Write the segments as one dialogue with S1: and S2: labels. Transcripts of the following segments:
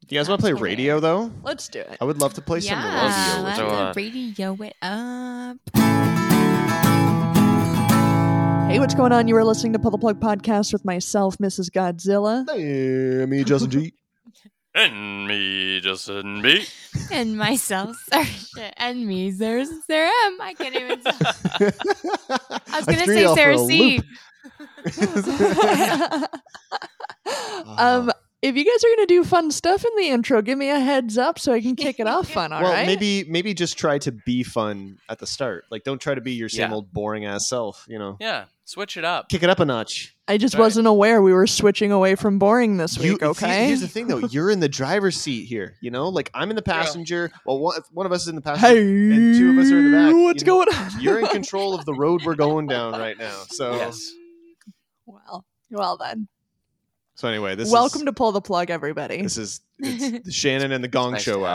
S1: Do you guys want to play
S2: That's
S1: radio though?
S2: Let's do it.
S1: I would love to play some
S3: Yeah,
S1: radio.
S3: let's
S1: With
S3: do
S1: you.
S3: it.
S2: radio it
S4: um,
S2: up. Hey, what's going on? You are listening to Puddle Plug Podcast with myself, Mrs. Godzilla.
S1: Hey, me, Justin G.
S3: And me, Justin B.
S2: And
S3: myself,
S2: Sarah. And me, Sarah, Sarah M. I can't even
S1: I was
S2: gonna say Sarah C.
S4: Uh.
S2: um, if you guys are going to do fun stuff in the intro, give me a heads up so I can kick it off fun, all right?
S1: well, maybe maybe just try to be fun at the start. Like, don't try to be your same
S3: Yeah.
S1: old boring ass self. You know,
S3: Yeah, switch it up.
S1: kick it up a notch.
S2: I just
S3: All right.
S2: wasn't aware we were switching away from boring this
S1: You-
S2: week,
S1: see,
S2: okay?
S1: here's the thing, though. You're in the driver's seat here. You know, like I'm in the passenger. Well, one, if one of us is in the
S2: Hey,
S1: passenger. and two of us are in the back,
S2: What's
S1: you know,
S2: going on?
S1: You're in control of the road we're going down right now. So,
S3: Yes.
S2: Well, well then.
S1: so anyway, this
S2: Welcome
S1: is,
S2: to Pull the Plug, everybody.
S1: this is it's the Shannon and the Gong
S3: Nice to
S1: Show
S3: have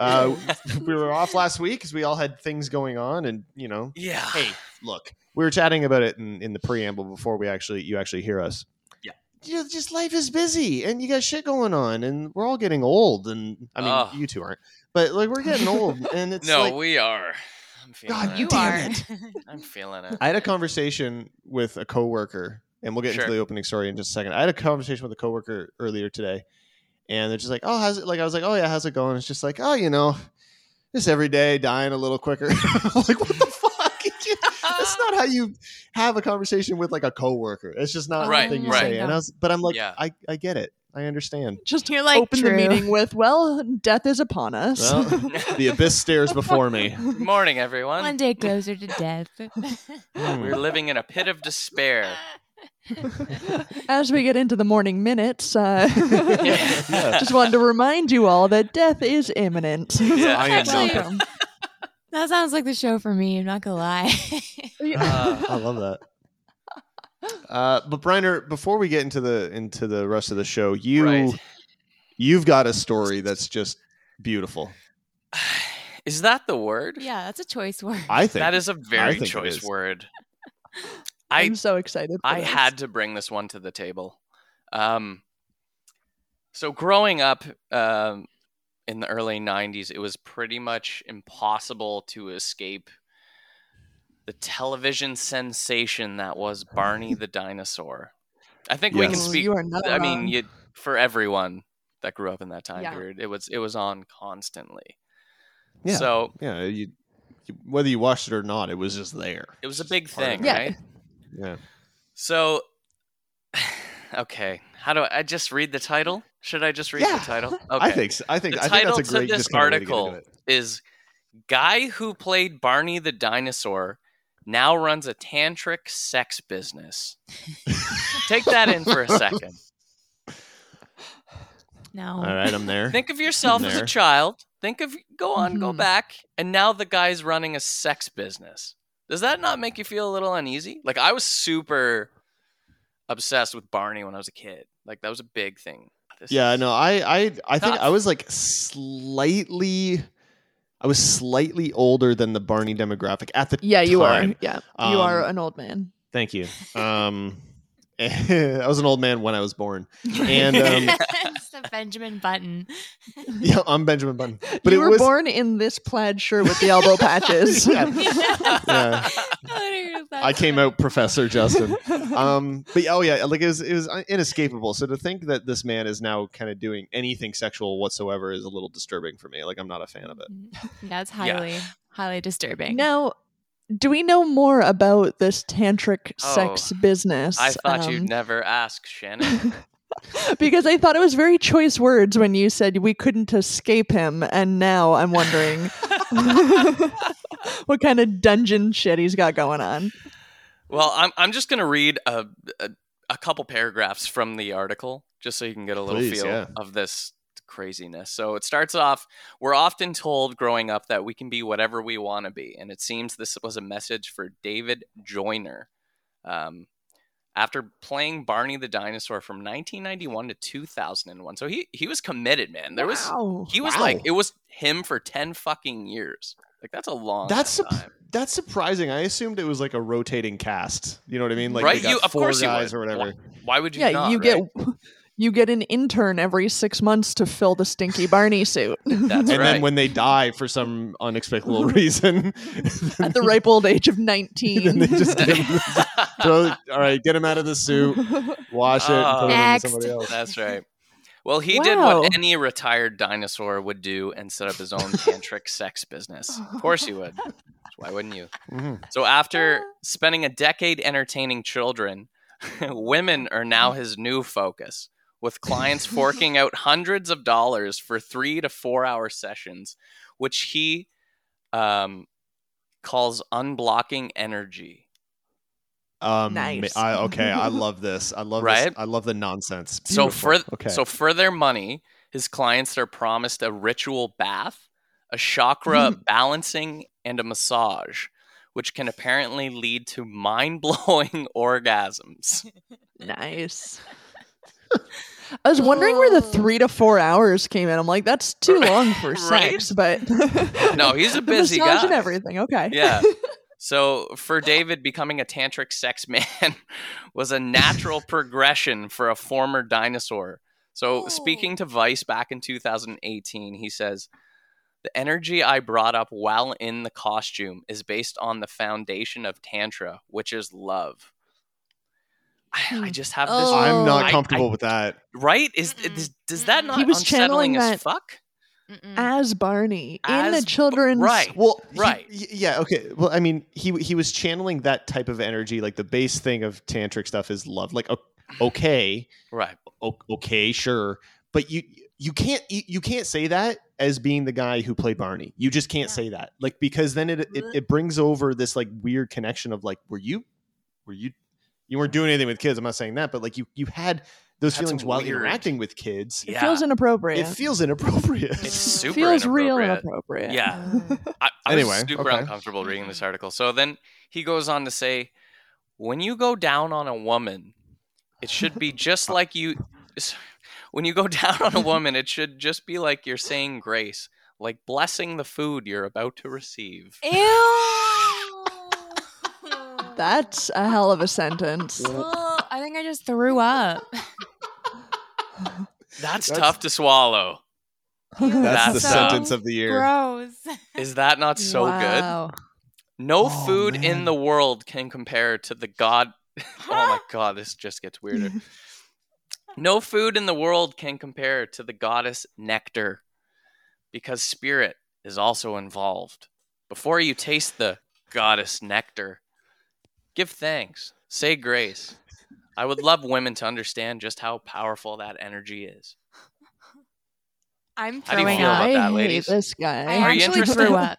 S1: hour. Uh, we were off last week because we all had things going on, and you know,
S3: Yeah.
S1: hey, look, we were chatting about it in, in the preamble before we actually you actually hear us.
S3: Yeah.
S1: you know, just life is busy, and you got shit going on, and we're all getting old, and I mean,
S3: Ugh.
S1: you two aren't, but like we're getting old, and it's
S3: no,
S1: like,
S3: we are. I'm feeling
S1: God,
S3: it.
S1: you are.
S2: damn it.
S3: I'm feeling it.
S1: I had a conversation with a coworker, and we'll get
S3: Sure.
S1: into the opening story in just a second. I had a conversation with a coworker earlier today, and they're just like, "Oh, how's it?" Like I was like, "Oh yeah, how's it going?" It's just like, "Oh, you know, this every day dying a little quicker." I'm like what the fuck? That's not how you have a conversation with like a coworker. It's just not
S3: Right,
S1: the thing you
S3: right.
S1: say. And I was, but I'm like,
S3: Yeah.
S1: I, I get it. I understand.
S2: just
S4: You're like,
S2: open
S4: true.
S2: the meeting with, well, death is upon us.
S1: Well, the abyss stares before me.
S3: Good morning, everyone.
S4: One day closer to death.
S3: We're living in a pit of despair.
S2: As we get into the morning minutes, uh,
S1: Yeah.
S2: just wanted to remind you all that death is imminent.
S3: Yeah.
S1: I am
S4: Actually-
S1: not.
S4: that sounds like the show for me. I'm not gonna lie.
S3: Uh,
S1: I love that. Uh, but Briner, before we get into the into the rest of the show, you
S3: Right.
S1: you've got a story that's just beautiful.
S3: is that the word?
S4: yeah, that's a choice word.
S1: I think
S3: That is a very
S1: think it
S3: choice
S1: is.
S3: word. I
S2: I'm so excited. for
S3: I
S2: this.
S3: had to bring this one to the table. Um, so growing up um, in the early '90s, it was pretty much impossible to escape the television sensation that was Barney the dinosaur. I think we can
S1: Yes.
S2: Ooh,
S3: speak.
S2: Oh, You are not
S3: I mean,
S2: wrong.
S3: you, for everyone that grew up in that time
S2: Yeah.
S3: period, it was it was on constantly.
S1: Yeah.
S3: So
S1: yeah. You, you- whether you watched it or not, it was just there.
S3: it was a big
S1: Part of
S3: thing,
S2: it. Yeah.
S3: right?
S1: Yeah.
S3: So, okay, how do I, I just read the title? Should I just read
S1: Yeah,
S3: the title? Okay.
S1: I think so. I think
S3: The
S1: I think that's
S3: title
S1: a
S3: to
S1: great
S3: this
S1: just kinda way to get
S3: article
S1: into it.
S3: is guy who played Barney the dinosaur now runs a tantric sex business. Take that in for a second.
S4: No.
S1: All right, I'm there.
S3: Think of yourself as a
S1: There.
S3: child. Think of go on, go
S2: Mhm.
S3: back, and now the guy's running a sex business. Does that not make you feel a little uneasy? Like I was super obsessed with Barney when I was a kid. Like that was a big thing. This
S1: Yeah,
S3: is-
S1: no, I, I, I think
S3: Tough.
S1: I was like slightly, I was slightly older than the Barney demographic at the
S2: yeah, you
S1: time.
S2: are. Yeah,
S1: Um,
S2: you are an old man.
S1: Thank you. Um, I was an old man when I was born. And um,
S4: it's the Benjamin Button.
S1: yeah, I'm Benjamin Button. But
S2: But you
S1: it
S2: were
S1: was
S2: born in this plaid shirt with the elbow patches.
S1: Yeah. Yeah. I
S4: I
S1: came out Professor Justin. Um, but oh yeah, like it was it was inescapable. So to think that this man is now kind of doing anything sexual whatsoever is a little disturbing for me. Like I'm not a fan of it.
S2: Mm-hmm.
S4: That's highly, highly disturbing.
S2: Now, do we know more about this tantric
S3: Oh,
S2: sex business?
S3: I thought
S2: Um,
S3: you'd never ask, Shannon.
S2: because I thought it was very choice words when you said we couldn't escape him, and now I'm wondering what kind of dungeon shit he's got going on.
S3: well, I'm I'm just gonna read a, a a couple paragraphs from the article just so you can get a little
S1: Please,
S3: feel
S1: yeah.
S3: of this craziness. So it starts off we're often told growing up that we can be whatever we want to be, and it seems this was a message for David Joyner. Um, after playing Barney the Dinosaur from 1991 to 2001, so he he was committed, man. There was
S2: Wow.
S3: he was
S1: Wow.
S3: like it was him for 10 fucking years. Like that's a long
S1: That's
S3: time.
S1: sup- That's surprising. I assumed it was like a rotating cast. You know what I mean? Like they
S3: right?
S1: got
S3: You of
S1: four
S3: course
S1: guys
S3: you
S1: or
S3: would.
S1: whatever.
S3: Why, why would you?
S2: yeah,
S3: not,
S2: you
S3: right?
S2: get You get an intern every six months to fill the stinky Barney suit.
S3: That's
S1: and
S3: right.
S1: then when they die for some unexplicable reason,
S2: At the ripe old age of
S1: then
S2: 19.
S1: they just get 'em- throw, all right, get him out of the suit, wash it, and put him in
S4: Next.
S1: somebody else.
S3: That's right. Well, he did what
S2: Wow.
S3: any retired dinosaur would do and set up his own tantric sex business. Of course he would. Why wouldn't you?
S1: Mhm.
S3: So after spending a decade entertaining children, women are now his new focus, with clients forking out hundreds of dollars for three to four hour sessions, which he um, calls unblocking energy.
S1: Um,
S2: Nice.
S1: I, okay, I love this. I love
S3: Right?
S1: this. I love the nonsense.
S3: So
S1: Beautiful.
S3: for
S1: okay,
S3: so for their money, his clients are promised a ritual bath, a chakra
S1: Mm-hmm.
S3: balancing, and a massage, which can apparently lead to mind-blowing orgasms.
S2: nice. I was wondering where the
S4: Oh.
S2: three to four hours came in. I'm like, that's too long for
S3: Right?
S2: sex, but
S3: No, he's a
S2: The
S3: busy
S2: massage
S3: guy.
S2: and everything. Okay.
S3: Yeah. So for David, becoming a tantric sex man was a natural progression for a former dinosaur. So
S4: Oh.
S3: speaking to Vice back in 2018, he says, "The energy I brought up while in the costume is based on the foundation of tantra, which is love." I, I
S2: Hmm.
S3: just have this.
S4: Oh.
S1: I'm
S4: I-
S1: not
S3: I-
S1: comfortable with that.
S3: right? Is,
S4: Mm-mm.
S3: is does that
S4: He
S3: not
S2: was
S3: unsettling
S2: channeling
S3: as
S2: that-
S3: fuck?
S4: Mm-mm.
S2: As Barney in
S3: Mm. As
S2: the
S3: Ba-
S2: children's
S3: right.
S1: Well, he-
S3: Right.
S1: y- yeah. Okay. Well, I mean, he he was channeling that type of energy. Like the base thing of tantric stuff is love. Like o- okay,
S3: Right.
S1: o- okay, sure, but you you can't you, you can't say that as being the guy who played Barney. You just can't
S4: Yeah.
S1: say that. Like because then it, it it brings over this like weird connection of like were you were you you weren't doing anything with kids. I'm not saying that, but like you you had those
S3: That's
S1: feelings while
S3: weird.
S1: interacting with kids.
S2: It
S3: Yeah.
S2: feels inappropriate.
S1: It feels inappropriate.
S3: It's super
S2: feels real
S3: inappropriate.
S2: inappropriate.
S3: Yeah.
S4: Mm.
S3: I, I
S1: Anyway,
S3: was super
S1: okay.
S3: uncomfortable reading this article. So then he goes on to say, when you go down on a woman, it should be just like you. When you go down on a woman, it should just be like you're saying grace, like blessing the food you're about to receive.
S4: Ew.
S2: That's a hell of a sentence.
S4: Oh, I think I just threw up.
S3: That's,
S1: That's-
S3: tough to swallow.
S1: That's the
S3: That's so
S1: sentence of the year.
S4: Gross.
S3: Is that not so good?
S2: wow.
S3: No
S1: Oh,
S3: food in
S1: man.
S3: the world can compare to the God. Oh my God, this just gets weirder. No food in the world can compare to the goddess Nectar because spirit is also involved. Before you taste the goddess Nectar, give thanks, say grace. I would love women to understand just how powerful that energy is.
S4: I'm
S3: How do you
S4: throwing
S3: feel
S4: up.
S3: about that,
S2: I
S3: ladies?
S2: hate this guy.
S4: I
S3: Are you
S4: actually
S3: interested?
S4: threw up.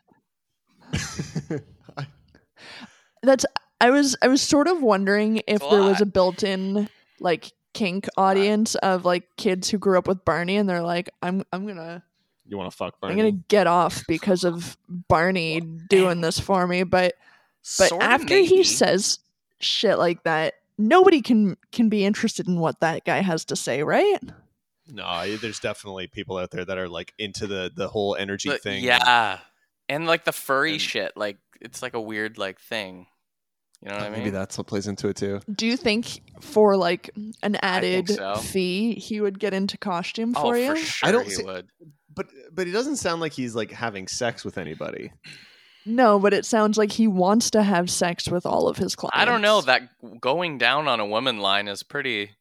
S2: That's I was I was sort of wondering if
S3: a
S2: there was
S3: lot.
S2: a built-in like kink audience of like kids who grew up with Barney and they're like I'm I'm going to
S1: you want to fuck
S2: I'm
S1: Barney?
S2: going to get off because of Barney doing this for me but but
S3: Sorta
S2: after
S3: maybe.
S2: he says shit like that nobody can can be interested in what that guy has to say, right?
S1: No, there's definitely people out there that are like into the the whole energy
S3: But-
S1: thing.
S3: Yeah. And like the furry
S1: And-
S3: shit, like it's like a weird like thing. You know what I mean?
S1: maybe that's what plays into it too.
S2: Do you think for like an
S3: think
S2: added
S3: so.
S2: fee he would get into costume
S3: oh,
S2: for you?
S3: for sure
S1: don't
S3: he
S1: see-
S3: would.
S1: But but it doesn't sound like he's like having sex with anybody.
S2: No, but it sounds like he wants to have sex with all of his clients.
S3: I don't know. That going down on a woman line is pretty,
S4: That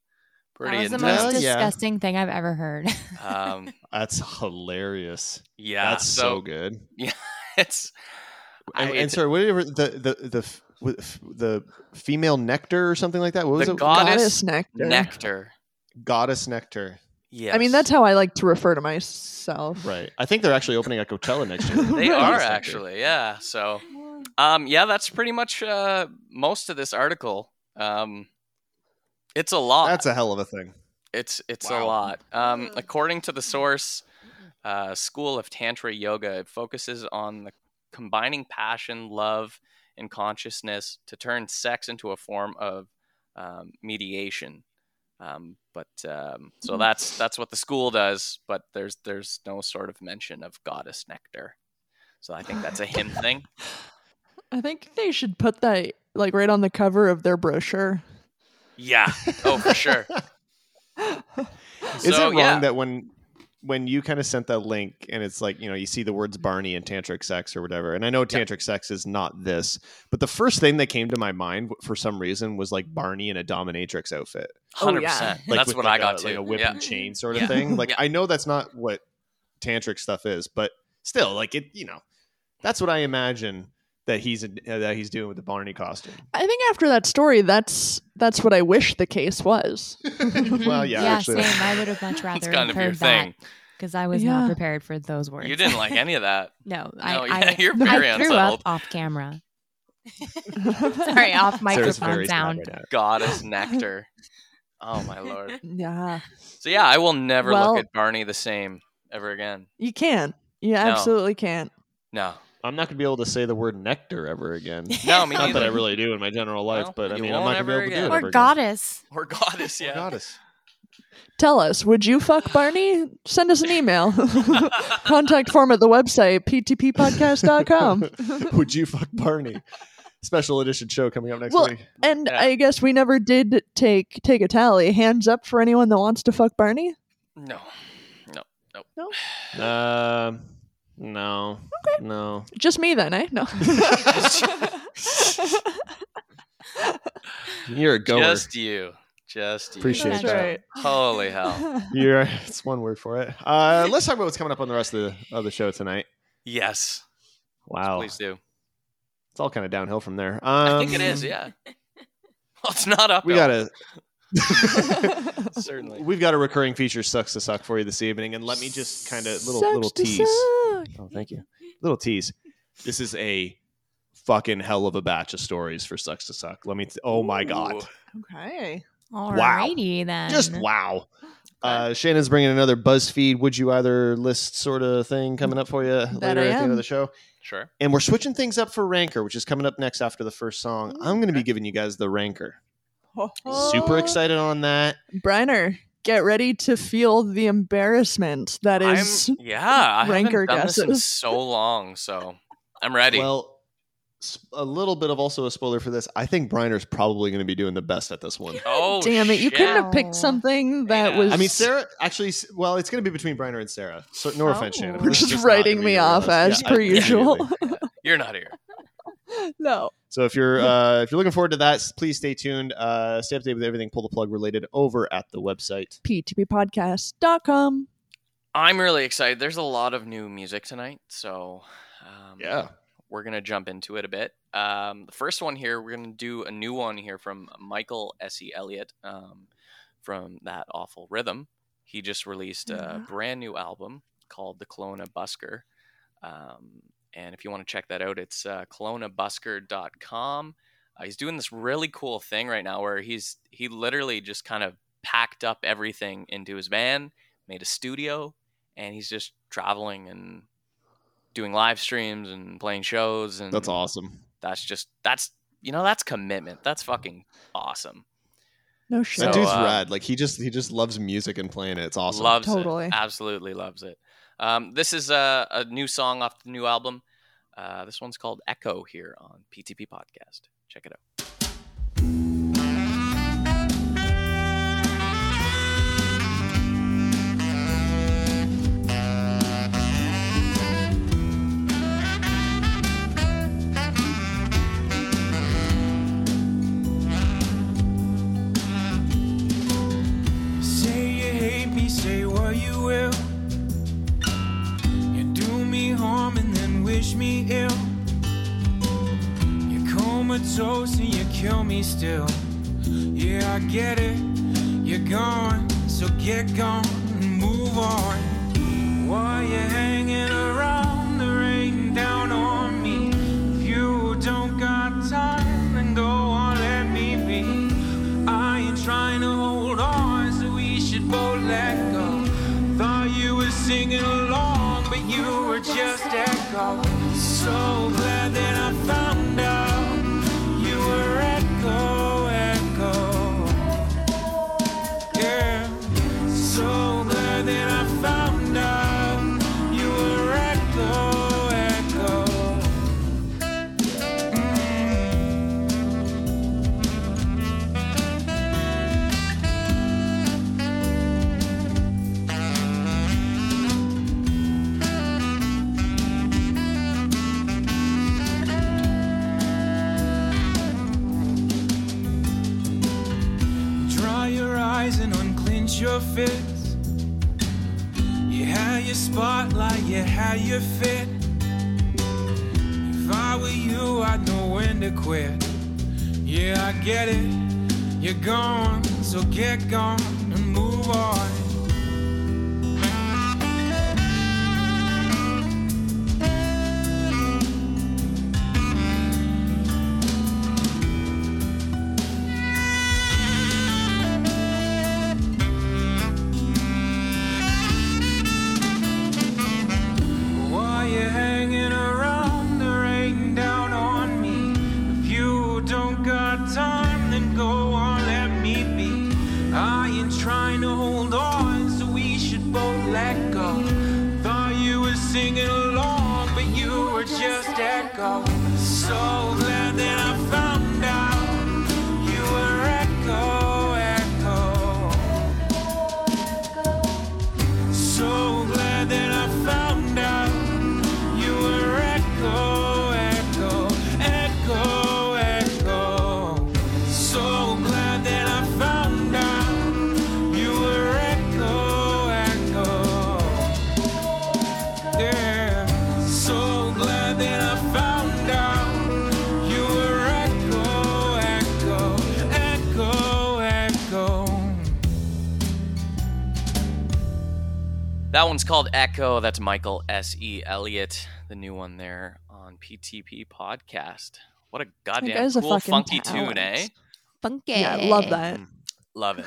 S3: pretty
S4: was the
S3: intense.
S4: most
S1: Yeah.
S4: disgusting thing I've ever heard.
S3: um,
S1: That's hilarious.
S3: yeah,
S1: That's so, good.
S3: It's I-
S1: And, and
S3: it's
S1: sorry, whatever the the the f- w- f- the female nectar or something like that. What was
S3: The
S1: it?
S3: god- Goddess
S2: nectar.
S3: nectar.
S1: Goddess nectar.
S3: Yes.
S2: I mean, that's how I like to refer to myself.
S1: Right. I think they're actually opening a Coachella next year.
S3: they
S2: Right.
S3: are
S1: Goddess nectar.
S3: actually. Yeah. So, um, yeah, that's pretty much uh, most of this article. Um, it's a lot.
S1: That's a hell of a thing.
S3: it's it's a
S1: Wow.
S3: lot.
S4: Mm.
S3: Um, according to the source, uh, School of Tantra Yoga, it focuses on the combining passion, love, and consciousness to turn sex into a form of um, mediation. Um, but um, so
S4: Hmm.
S3: that's that's what the school does. But there's there's no sort of mention of goddess nectar. So I think that's a him thing.
S2: I think they should put that like right on the cover of their brochure.
S3: Yeah. Oh, for sure.
S1: Is it
S3: So,
S1: wrong
S3: yeah.
S1: that when when you kind of sent that link and it's like, you know, you see the words Barney and tantric sex or whatever, and I know
S3: Yeah.
S1: tantric sex is not this, but the first thing that came to my mind for some reason was like Barney in a dominatrix outfit.
S2: Oh,
S3: Hundred percent.
S1: Like
S3: That's
S1: with
S3: what
S1: like
S3: I got
S1: a,
S3: to.
S1: like a whip
S3: yeah.
S1: and chain sort of
S3: Yeah.
S1: thing. Like
S3: Yeah.
S1: I know that's not what tantric stuff is, but still, like it, you know, that's what I imagine that he's uh, that he's doing with the Barney costume.
S2: I think after that story, that's that's what I wish the case was.
S1: well, yeah,
S4: yeah,
S1: actually,
S4: same. I would have much rather
S3: It's kind of your
S4: heard
S3: thing.
S4: that because I was
S2: Yeah.
S4: not prepared for those words.
S3: You didn't like any of that.
S4: no,
S3: No,
S4: I,
S3: yeah,
S4: I,
S3: you're
S4: I
S3: very
S4: threw
S3: unsettled.
S4: up off camera. Sorry,
S2: Sorry,
S4: off
S1: Sarah's
S4: microphone
S1: very sad
S4: sound.
S1: right now.
S3: Goddess nectar. Oh my lord.
S2: Yeah,
S3: So yeah, I will never
S2: Well-
S3: look at Barney the same ever again.
S2: you can. You absolutely can.
S3: No.
S1: I'm not gonna be able to say the word nectar ever again.
S3: No, me
S1: Not that I
S3: neither.
S1: really do in my general life,
S3: Well,
S1: but I
S3: you
S1: mean, I'm
S3: won't
S1: not gonna be
S3: ever
S1: able to do
S3: again.
S1: it.
S3: Or
S1: ever
S4: Or
S1: again.
S4: goddess.
S3: Or goddess, yeah.
S1: Goddess.
S2: Tell us, would you fuck Barney? Send us an email. Contact form at the website, ptppodcast.com.
S1: Would you fuck Barney? Special edition show coming up next
S2: Well-
S1: week.
S2: And
S3: Yeah.
S2: I guess we never did take take a tally. Hands up for anyone that wants to fuck Barney.
S3: No. No. No.
S2: No.
S1: Um, no, no.
S2: Just me then, eh? No.
S1: You're a goer.
S3: Just you. Just you.
S1: Appreciate
S2: That's
S1: that.
S2: right.
S3: Holy hell.
S1: You're. It's one word for it. Uh, let's talk about what's coming up on the rest of the of the show tonight.
S3: Yes.
S1: Wow,
S3: Please do.
S1: it's all kind of downhill from there. Um,
S3: I think it is, yeah. Well, it's not up.
S1: We got a
S3: certainly.
S1: we've got a recurring feature sucks to suck for you this evening, and let me just kind of little
S2: Sucks
S1: little
S2: to
S1: tease.
S2: suck.
S1: Oh, thank you. Little tease. This is a fucking hell of a batch of stories for Sucks to Suck. Let me. T- oh my god.
S2: Okay.
S4: Alrighty then.
S1: Just wow. Uh, Shannon's bringing another BuzzFeed "Would You Either" list sort of thing coming up for you later
S2: I
S1: at the end
S2: am.
S1: of the show,
S3: Sure.
S1: and we're switching things up for Ranker, which is coming up next after the first song. I'm going to be giving you guys the Ranker.
S2: Oh.
S1: Super excited on that.
S2: Briner, get ready to feel the embarrassment that is-
S3: I'm, yeah, I
S2: ranker
S3: haven't done this in
S2: guesses.
S3: so long, so I'm ready.
S1: Well, s- a little bit of also a spoiler for this. I think Briner's probably going to be doing the best at this one.
S3: oh,
S2: Damn it, you couldn't
S3: shit.
S2: have picked something that
S3: Yeah.
S2: was
S1: I mean, Sarah actually. s- Well, it's going to be between Briner and Sarah. So no offense,
S4: Oh.
S1: Shannon.
S4: You're
S1: This is
S2: just
S1: not
S2: writing
S1: gonna
S2: me
S1: be your
S2: off
S1: list.
S2: as
S1: Yeah,
S2: per
S1: I-
S2: usual.
S1: absolutely.
S3: You're not here.
S2: no.
S1: So if you're uh, if you're looking forward to that, s- please stay tuned. Uh, stay updated with everything. Pull the plug related over at the website.
S2: PTPpodcast.com.
S3: I'm really excited. There's a lot of new music tonight, so um, we're gonna jump into it a bit. Um, the first one here, we're gonna do a new one here from Michael S.E. Elliott um, from that awful rhythm. He just released a
S2: Yeah.
S3: brand new album called The Kelowna Busker. Um, and if you want to check that out, it's uh, colonabusker.com. Uh, he's doing this really cool thing right now where he's he literally just kind of packed up everything into his van, made a studio, and he's just traveling and doing live streams and playing shows and
S1: that's awesome.
S3: that's just that's you know that's commitment that's fucking awesome
S2: No
S1: that
S2: shit.
S3: So,
S1: dude's
S3: uh,
S1: rad. Like he just he just loves music and playing it. It's awesome.
S3: loves
S2: Totally.
S3: it absolutely loves it um, this is a, a new song off the new album uh, this one's called echo here on ptp podcast check it out
S5: Say you hate me, say what you will. You do me harm and then wish me ill. You comatose and you kill me still. Yeah, I get it. You're gone, so get gone and move on. Why you hanging around the rain down on me? If you don't got time, then go on, let me be. I ain't trying to hold on, so we should both let go. Thought you were singing along, but you were just echo. So glad that I found out you were echo, echo. Yeah, so glad that I found out you were echo, echo. Mm. fits. You had your spotlight, you had your fit. If I were you, I'd know when to quit. Yeah, I get it. You're gone, so get gone and move on. Why you hanging around the rain down on me? If you don't got time, then go on, let me be. I ain't trying to hold on, so we should both let go. Thought you were singing along, but you were just echo. So glad that I found out you were echo, echo. So glad that I found out you were echo, echo, echo, echo. So glad that I found out you were echo, echo. Yeah. So glad that I found out you were echo, echo, echo, echo.
S3: That one's called Echo. That's Michael S. E. Elliott, the new one there on PTP podcast. What a goddamn
S2: guy's a
S3: cool,
S2: fucking
S3: funky tune,
S2: talent.
S3: eh? Mm.
S4: Funky.
S2: Yeah, I love that.
S3: Love it.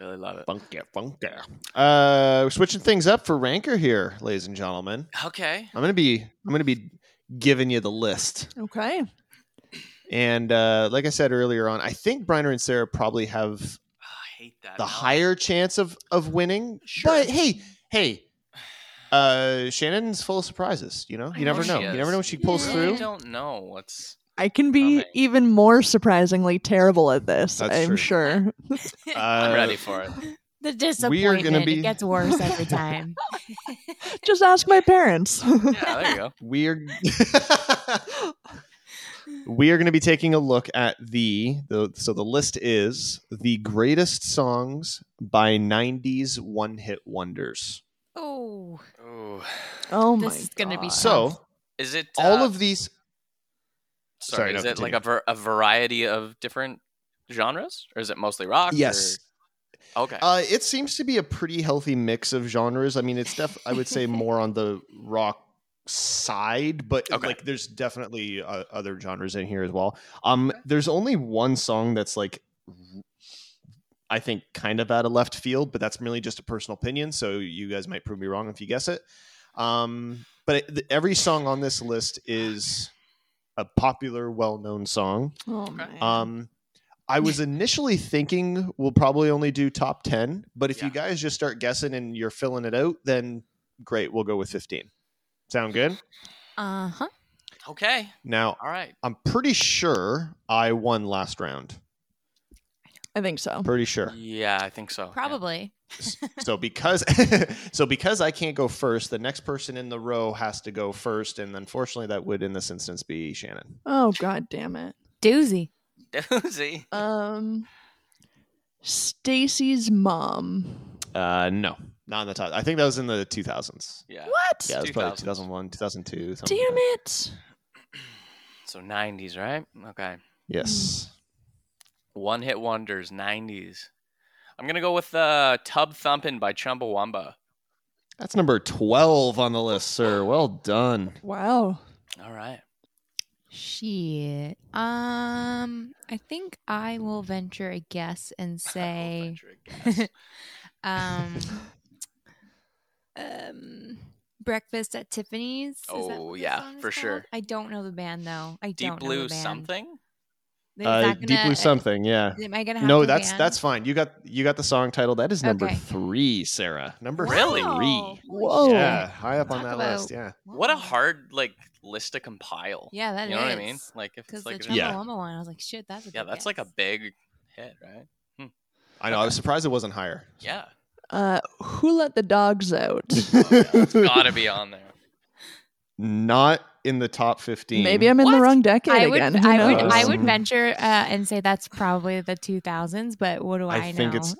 S3: Really love it.
S1: Funky, funky. Uh, we're switching things up for Ranker here, ladies and gentlemen.
S3: Okay.
S1: I'm gonna be I'm gonna be giving you the list.
S2: Okay.
S1: And uh, like I said earlier on, I think Briner and Sarah probably have
S3: Ah, I hate that.
S1: the
S3: album.
S1: higher chance of of winning.
S3: Sure.
S1: But hey, hey, uh, Shannon's full of surprises. You know, you
S3: I
S1: never know.
S3: know she
S1: You
S3: is.
S1: never know when she pulls
S4: Yeah.
S1: through.
S3: I don't know what's.
S2: I can be
S3: Okay.
S2: even more surprisingly terrible at this,
S1: That's
S2: I'm
S1: true.
S2: sure.
S1: Uh,
S3: I'm ready for it.
S4: The disappointment.
S1: be-
S4: It gets worse every time.
S2: Just ask my parents.
S3: Yeah, Ah, there you go.
S1: We are we are going to be taking a look at the, the so the list is the greatest songs by 90s one hit wonders.
S4: oh,
S3: Ooh.
S2: oh my
S4: This is gonna be
S2: God.
S1: So,
S3: Is it
S1: all
S3: uh,
S1: of these
S3: Sorry,
S1: Sorry,
S3: is
S1: no,
S3: it like a, ver- a variety of different genres, or is it mostly rock?
S1: Yes.
S3: or- Okay.
S1: Uh, it seems to be a pretty healthy mix of genres. I mean, it's def I would say more on the rock side, but
S3: Okay.
S1: like there's definitely uh, other genres in here as well. Um, there's only one song that's like I think kind of out of left field, but that's merely just a personal opinion. So you guys might prove me wrong if you guess it. Um, but it, th- every song on this list is a popular, well-known song.
S2: Oh,
S3: Okay.
S2: man.
S1: Um, I was initially thinking we'll probably only do top 10, but if you
S3: Yeah.
S1: guys just start guessing and you're filling it out, then great, we'll go with 15. Sound good?
S4: uh huh.
S3: okay.
S1: Now,
S3: All right.
S1: I'm pretty sure I won last round.
S2: I think so.
S1: Pretty sure.
S3: Yeah, I think so. yeah.
S4: Probably.
S1: So because so because I can't go first, the next person in the row has to go first and unfortunately that would in this instance be Shannon.
S2: Oh god damn it.
S4: Doozy.
S3: Doozy.
S2: Um Stacy's mom.
S1: Uh no, not in the top. I think that was in the 2000s.
S3: Yeah.
S2: What?
S1: Yeah, it was probably
S3: 2000s.
S1: 2001, 2002, something
S2: Damn
S1: like that.
S2: it.
S3: So 90s, right? Okay. Hmm.
S1: Yes.
S3: One hit wonders, 90s. I'm going to go with uh, Tub Thumpin' by Chumbawamba.
S1: That's number 12 on the list, sir. Well done.
S2: Wow.
S3: All right.
S4: Shit. Um, I think I will venture a guess and say, um, um, Breakfast at Tiffany's. Is that
S3: Oh,
S4: what the
S3: yeah,
S4: song is
S3: for sure.
S4: called? I don't know the band though. I
S3: Deep
S4: don't know
S3: Blue
S4: the band.
S3: something?
S4: Is
S1: Uh,
S4: that
S1: Deep Blue
S4: gonna-
S1: something, yeah.
S4: Am I gonna have
S1: No,
S4: the
S1: that's
S4: band?
S1: that's fine. You got you got the song title. That is number
S4: Okay.
S1: three, Sarah. Number
S3: Really?
S4: Wow.
S1: three.
S4: Holy
S2: Whoa.
S1: Yeah, high up on
S4: Talk
S1: that
S4: about-
S1: list. Yeah.
S3: What a
S4: Wow.
S3: hard like list to compile.
S4: Yeah, that
S3: you know what I
S4: is.
S3: mean? Like if
S4: Because
S3: it's like
S4: the
S3: a-
S4: Chumbawamba
S1: Yeah.
S4: one, I was like, shit, that's a
S3: yeah,
S4: big
S3: that's like a
S4: guess.
S3: big hit, right? Hmm.
S1: I know. I was surprised it wasn't higher.
S3: Yeah.
S2: Uh who let the dogs out?
S3: Oh, yeah. It's got to be on there.
S1: not in the top 15.
S2: Maybe I'm in the
S4: What?
S2: wrong decade
S4: I would,
S2: again. Who
S4: I would,
S2: knows?
S4: I would
S1: Mhm.
S4: venture uh, and say that's probably the 2000s, but what do I,
S1: Um, I
S4: know?
S1: think it's-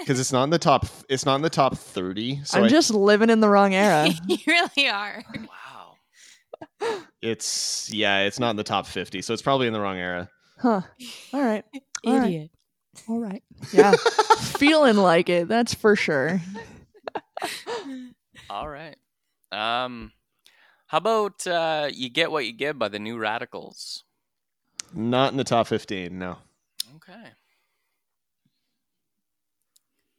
S1: because it's not in the top. It's not in the top 30. So I-
S2: I'm just living in the wrong era.
S4: you really are.
S3: Wow.
S1: it's yeah, it's not in the top 50. So it's probably in the wrong era.
S2: Huh. All right. All right.
S4: Idiot.
S2: All right. Yeah. Feeling like it, that's for sure.
S3: All right. Um, how about uh, "You Get What You Give" by the New Radicals?
S1: Not in the top 15. No.
S3: Okay.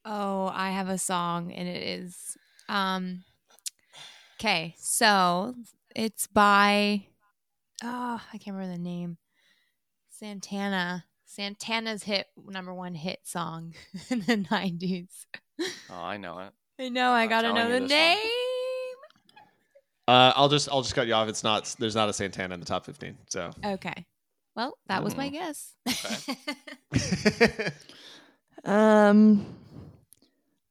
S4: Oh, I have a song and it is um Okay, so it's by oh, I can't remember the name. Santana. Santana's hit number one hit song in the nineties.
S3: Oh, I know it.
S4: I know, I
S3: I'm
S4: gotta
S3: telling
S4: know
S3: you
S4: the
S3: this
S4: name.
S3: one.
S1: Uh, I'll just I'll just cut you off. It's not there's not a Santana in the top 15. So
S4: Okay. Well, that was my
S3: Mm.
S4: guess.
S2: Um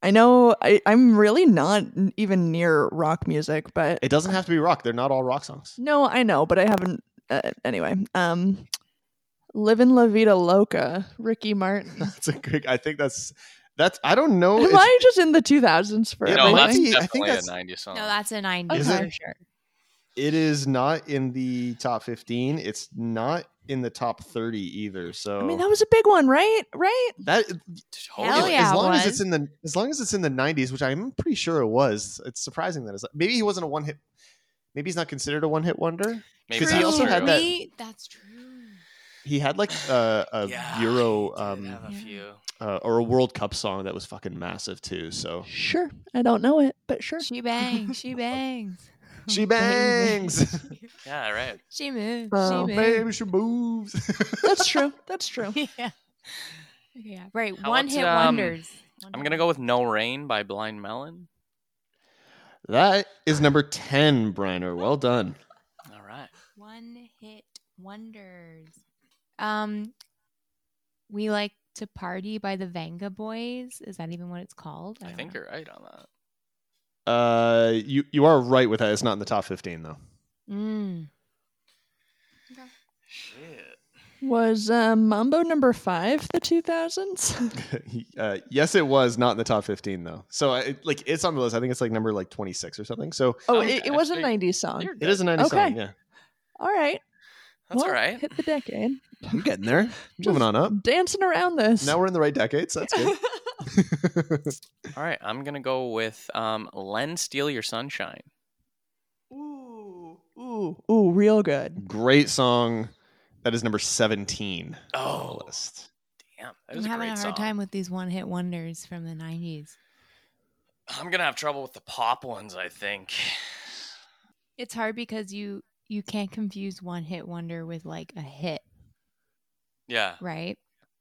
S2: I know I, I'm really not n- even near rock music, but
S1: it doesn't have to be rock. They're not all rock songs.
S2: no, I know, but I haven't uh, anyway. Um Livin' La Vida Loca, Ricky Martin.
S1: That's a good. I think that's that's. I don't know.
S2: Am
S1: if-
S2: I just in the 2000s for
S1: Yeah,
S3: no,
S1: but
S3: that's
S2: everything?
S1: I think Oh,
S3: definitely a
S1: that's-
S3: '90s song.
S4: no, that's a nineties
S2: Is
S4: for
S1: it?
S4: sure.
S1: It is not in the top 15. It's not in the top 30 either. So
S2: I
S3: Oh.
S2: mean, that was a big one, right? Right?
S1: that
S3: totally.
S4: Hell
S1: as-
S4: yeah,
S1: as
S4: it
S1: long as it's
S4: was.
S1: in the as long as it's in the 90s, which I'm pretty sure it was. It's surprising that it's maybe he wasn't a one hit. Maybe he's not considered a one hit wonder.
S3: Maybe
S1: 'Cause
S3: that's
S1: he also
S3: true.
S1: had that-
S4: Maybe that's true.
S1: He had like a, a
S3: Yeah,
S1: Euro
S3: he did
S1: um,
S3: have a
S4: Yeah.
S3: few.
S1: uh, or a World Cup song that was fucking massive too. So
S2: Sure. I don't know it, but sure.
S4: She bangs. She bangs.
S1: She bangs.
S3: Yeah, right.
S4: she moves.
S2: Oh,
S4: she
S1: maybe
S4: moves.
S1: she moves.
S2: That's true. That's true.
S4: yeah. Yeah. Right.
S3: How
S4: one
S3: about,
S4: hit
S3: um,
S4: wonders. One
S3: I'm
S4: hit
S3: gonna go with "No Rain" by Blind Melon.
S1: that is number ten, Briner. Well done.
S3: All right.
S4: One hit wonders. Um, we like to party by the Vanga Boys. Is that even what it's called?
S3: I
S4: don't
S3: think
S4: know.
S3: you're right on that.
S1: Uh, you you are right with that. It's not in the top fifteen though.
S4: Mm.
S3: Shit.
S2: Was uh, Mambo number five the 2000s?
S1: uh, yes, it was not in the top fifteen though. So I, it- like it's on the list. I think it's like number like twenty six or something. So
S2: Oh,
S3: Okay,
S2: it, it was a
S3: so
S2: 90s song.
S3: You're
S1: it is a
S3: good.
S1: ninety
S2: Okay.
S1: song. Yeah,
S2: All right.
S3: That's
S2: well,
S3: all right.
S2: Hit the decade.
S1: you're getting there. Moving on up.
S2: Dancing around this.
S1: Now we're in the right decades. that's good.
S3: All right. I'm gonna go with um, "Len Steal Your Sunshine."
S2: ooh, ooh, ooh, real good.
S1: Great song. That is number seventeen on
S3: Oh,
S1: the list.
S3: damn! That
S4: I'm
S3: was a
S4: having
S3: great
S4: a hard
S3: song.
S4: time with these one hit wonders from the 90s.
S3: I'm gonna have trouble with the pop ones. I think.
S4: It's hard because you you can't confuse one hit wonder with like a hit.
S3: Yeah.
S4: right?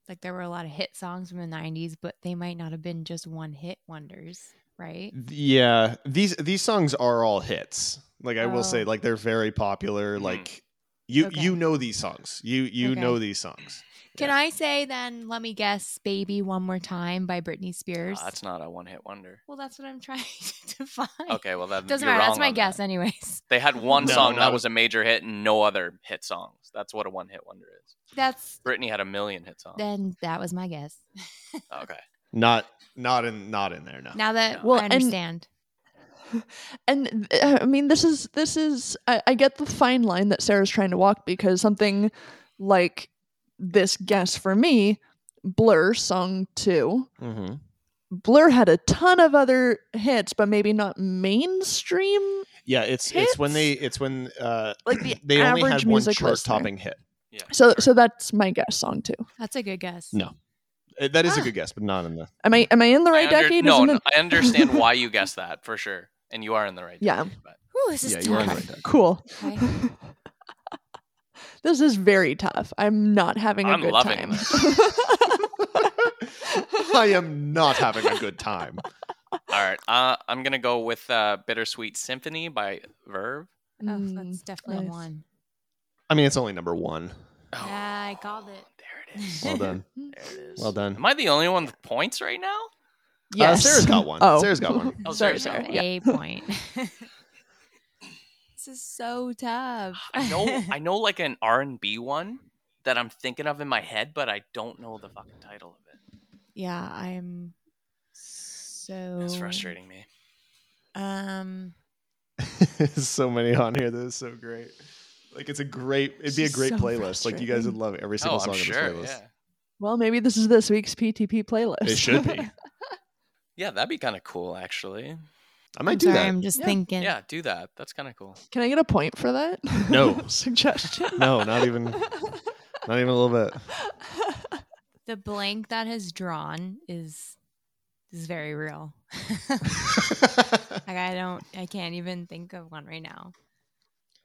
S4: Like there were a lot of hit songs from the 90s, but they might not have been just one hit wonders, right?
S1: Yeah, these these songs are all hits. Like I will say,
S4: Oh.
S1: like they're very popular.
S3: Mhm.
S1: Like you
S4: Okay.
S1: you know these songs. You you
S4: Okay.
S1: know these songs.
S4: Can I say then, let me guess, Baby One More Time by Britney Spears?
S3: Ah, that's not a one-hit wonder.
S4: well, that's what I'm trying to find.
S3: Okay, well that
S4: Doesn't
S3: you're
S4: matter. That's
S3: wrong
S4: my
S3: on
S4: guess,
S3: that.
S4: anyways.
S3: They had one
S1: No,
S3: song that
S1: not-
S3: was a major hit, and no other hit songs. That's what a one-hit wonder is.
S4: That's
S3: Britney had a million hit songs.
S4: then that was my guess.
S3: okay,
S1: Not not in not in there. No.
S4: Now that
S2: Well,
S4: I
S2: and-
S4: understand.
S2: And uh, I mean, this is this is. I, I get the fine line that Sarah's trying to walk because something like this guess for me, Blur song two.
S1: Mm-hmm.
S2: Blur had a ton of other hits, but maybe not mainstream.
S1: Yeah, it's it's when they it's when uh
S2: Like the
S1: they
S2: average
S1: only had one
S2: music
S1: chart
S2: listener.
S1: topping hit.
S3: yeah.
S2: So,
S3: sure.
S2: so that's my guess. Song two.
S4: That's a good guess.
S1: No. Uh, That is a
S4: Ah.
S1: good guess, but not in the.
S2: Am I am I in the
S3: I
S2: right
S3: under-
S2: decade?
S3: No,
S2: Isn't
S3: no,
S2: it-
S3: I understand why you guessed that for sure, and you are in the right.
S2: Yeah.
S3: decade, but
S4: Ooh, this is
S1: yeah, you are in the right
S4: tough.
S1: decade.
S2: Cool.
S4: Okay.
S2: this is very tough. I'm not having a
S3: I'm
S2: good
S3: loving
S2: time.
S1: I am not having a good time.
S3: all right, uh, I'm gonna go with uh, "Bittersweet Symphony" by Verve.
S4: Oh,
S2: Mm,
S4: that's definitely
S2: nice.
S4: one.
S1: I mean, it's only number one.
S3: Oh,
S4: Yeah, I called it.
S3: There it is.
S1: Well done.
S3: There it is.
S1: Well done.
S3: Am I the only one with points right now?
S1: Sarah's got Uh, one. Sarah's got one.
S3: Oh,
S2: sorry,
S3: Sarah's got one.
S2: Sarah. Yeah.
S4: A point. This is so tough.
S3: I know I know like an R and B one that I'm thinking of in my head, but I don't know the fucking title of it.
S4: yeah, I'm so.
S3: It's frustrating me.
S4: Um,
S1: There's so many on here that is so great. Like it's a great, it'd be a
S4: It's
S1: great
S4: so
S1: playlist. Like you guys would
S4: frustrating.
S1: love every single
S3: Oh,
S1: song
S3: I'm
S1: on
S3: sure.
S1: this
S3: Yeah.
S1: playlist.
S2: Well, maybe this is this week's PTP playlist.
S1: It should be.
S3: yeah, that'd be kind of cool, actually.
S1: I
S4: I'm
S1: might do
S4: sorry,
S1: that.
S4: I'm just
S2: Yeah.
S4: thinking.
S3: Yeah, do that. That's kind of cool.
S2: Can I get a point for that?
S1: No.
S2: Suggestion.
S1: No, not even, not even a little bit.
S4: The blank that has drawn is is very real. Like I don't, I can't even think of one right now.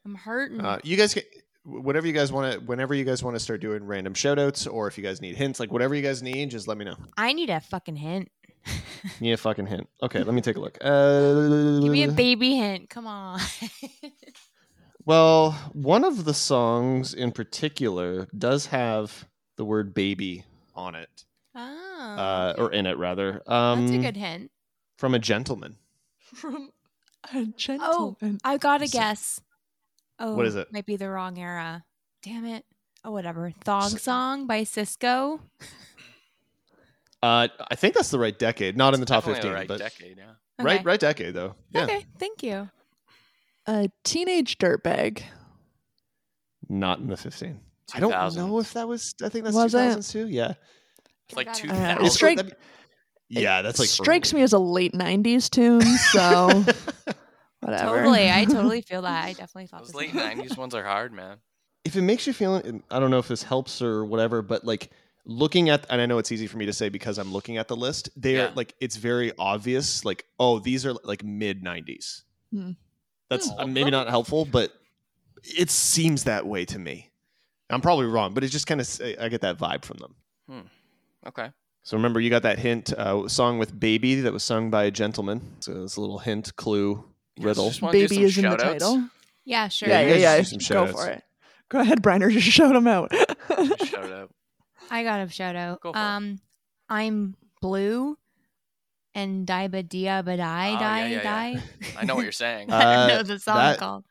S4: I'm hurting.
S1: uh, you guys, can, whatever you guys want to, whenever you guys want to start doing random shout outs, or if you guys need hints, like whatever you guys need, just let me know.
S4: I need a fucking hint.
S1: Need a fucking hint. Okay, let me take a look. Uh,
S4: Give me a baby hint. Come on.
S1: Well, one of the songs in particular does have the word baby on it,
S4: oh,
S1: uh,
S4: okay.
S1: or in it rather. Um,
S4: that's a good hint.
S1: From a gentleman.
S2: From a gentleman.
S4: Oh, I got a
S1: so-
S4: guess. Oh,
S1: What is it?
S4: Might be the wrong era. Damn it. Oh, whatever. Thong Song by Cisco.
S1: Uh, I think that's the right decade, not in the top
S3: Definitely
S1: fifteen,
S3: the right
S1: but
S3: decade. Yeah.
S1: right,
S4: Okay.
S1: right decade though. Yeah,
S4: Okay, thank you.
S2: A teenage dirtbag.
S1: not in the fifteen. I don't
S3: 2000.
S1: know if that was. I think that's two
S2: Was it?
S1: thousands too. Yeah,
S3: It's like
S4: Forgot
S3: two
S4: about
S2: Uh,
S3: thousand.
S2: it strike-
S1: that'd be- yeah, that's like
S2: strikes me as a late '90s tune. So
S1: me.
S4: that.
S2: whatever.
S4: Totally. I totally feel that. I definitely thought
S3: Those
S4: this
S3: late
S4: was-
S3: '90s ones are hard, man.
S1: if it makes you feel i don't know if this helps or whatever but like looking at and i know it's easy for me to say because i'm looking at the list they're
S3: Yeah.
S1: like it's very obvious like oh these are like mid 90s
S2: Hmm.
S1: that's
S3: Hmm.
S1: uh, maybe not helpful but it seems that way to me i'm probably wrong but it's just kind of i get that vibe from them
S3: Hmm. Okay.
S1: so remember you got that hint uh, song with baby that was sung by a gentleman so it's a little hint clue
S3: You guys
S1: riddle
S3: just wanna do
S2: Baby
S3: some
S2: is in the
S3: shout-outs?
S2: title.
S4: Yeah, sure.
S1: Yeah,
S2: Yeah,
S1: you
S2: yeah,
S1: guys
S2: yeah.
S1: just do some
S2: Go
S1: shout-outs.
S2: for it. Go ahead, Briner. Just shout them out.
S3: Shout out.
S4: I got a shout out.
S3: Go for it.
S4: um, I'm blue and Diba Dia Badai
S3: Oh,
S4: Die
S3: yeah, yeah, yeah.
S4: Die.
S3: I know what you're saying.
S1: Uh,
S4: I don't know the song
S1: that-
S4: called.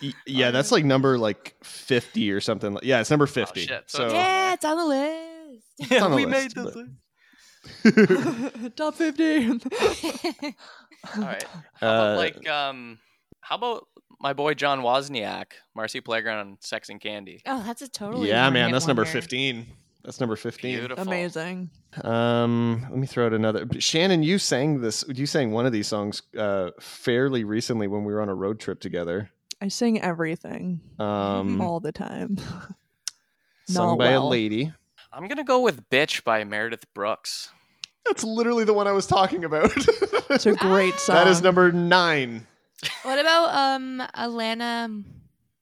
S1: Y- yeah that's like number like 50 or something yeah it's number 50
S3: Oh, shit. So
S1: so
S3: it's-
S4: yeah, it's on the list.
S1: on the list, but-
S3: list.
S2: Top fifteen.
S3: All right. How about like um, how about my boy John Wozniak, Marcy Playground, and Sex and Candy.
S2: Ah,
S4: oh, that's a totally.
S1: yeah,
S4: one
S1: man,
S4: hit
S1: that's number
S4: wonder.
S1: fifteen. That's number fifteen.
S3: Beautiful.
S2: Amazing.
S1: Um, let me throw out another. Shannon, you sang this. You sang one of these songs uh, fairly recently when we were on a road trip together.
S2: I sing everything
S1: Um,
S2: all the time.
S1: sung
S2: not
S1: by a
S2: well.
S1: lady.
S3: I'm gonna go with "Bitch" by Meredith Brooks.
S1: That's literally the one I was talking about.
S2: It's a great song.
S1: that is number nine.
S4: What about um Alana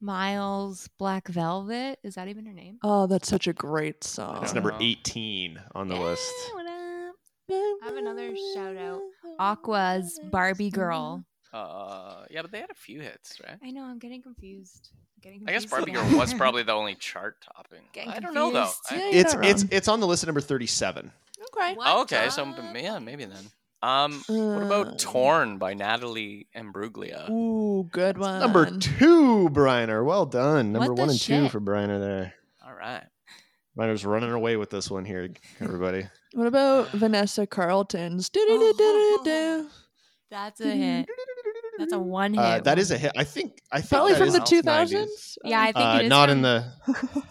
S4: Miles Black Velvet? Is that even her name?
S2: Oh, that's such a great song.
S1: That's
S3: Oh.
S1: number eighteen on the
S4: Yeah,
S1: list.
S4: what up?
S2: I
S4: have another shout-out. Aqua's Barbie Girl.
S3: Uh, yeah, but they had a few hits, right?
S4: I know I'm getting confused. I'm getting
S3: I guess
S4: confused
S3: Barbie
S4: now.
S3: Girl was probably the only chart topping.
S4: Getting
S3: I don't know though.
S4: confused.
S3: I-
S2: Yeah, you're
S1: It's
S2: not
S1: it's
S2: wrong.
S1: it's on the list at number thirty-seven.
S2: okay.
S4: What
S3: Oh, okay, so
S4: up?
S3: yeah, maybe then. Um, what
S2: Uh,
S3: about "Torn" by Natalie Imbruglia?
S2: Ooh, good one.
S1: Number two, Briner. Well done. Number
S4: What the
S1: one and two
S4: shit?
S1: for Briner there.
S3: All right.
S1: Briner's running away with this one here, everybody.
S2: What about Vanessa Carlton's? Do-do-do-do-do-do?
S4: That's a hit. That's a one hit.
S1: Uh, that is a hit. I think. I think
S2: Probably
S1: that
S2: from
S1: is
S2: the
S3: out.
S2: 2000s.
S4: Yeah, I think
S1: Uh,
S4: it is.
S1: not
S4: from,
S1: in the.
S4: I feel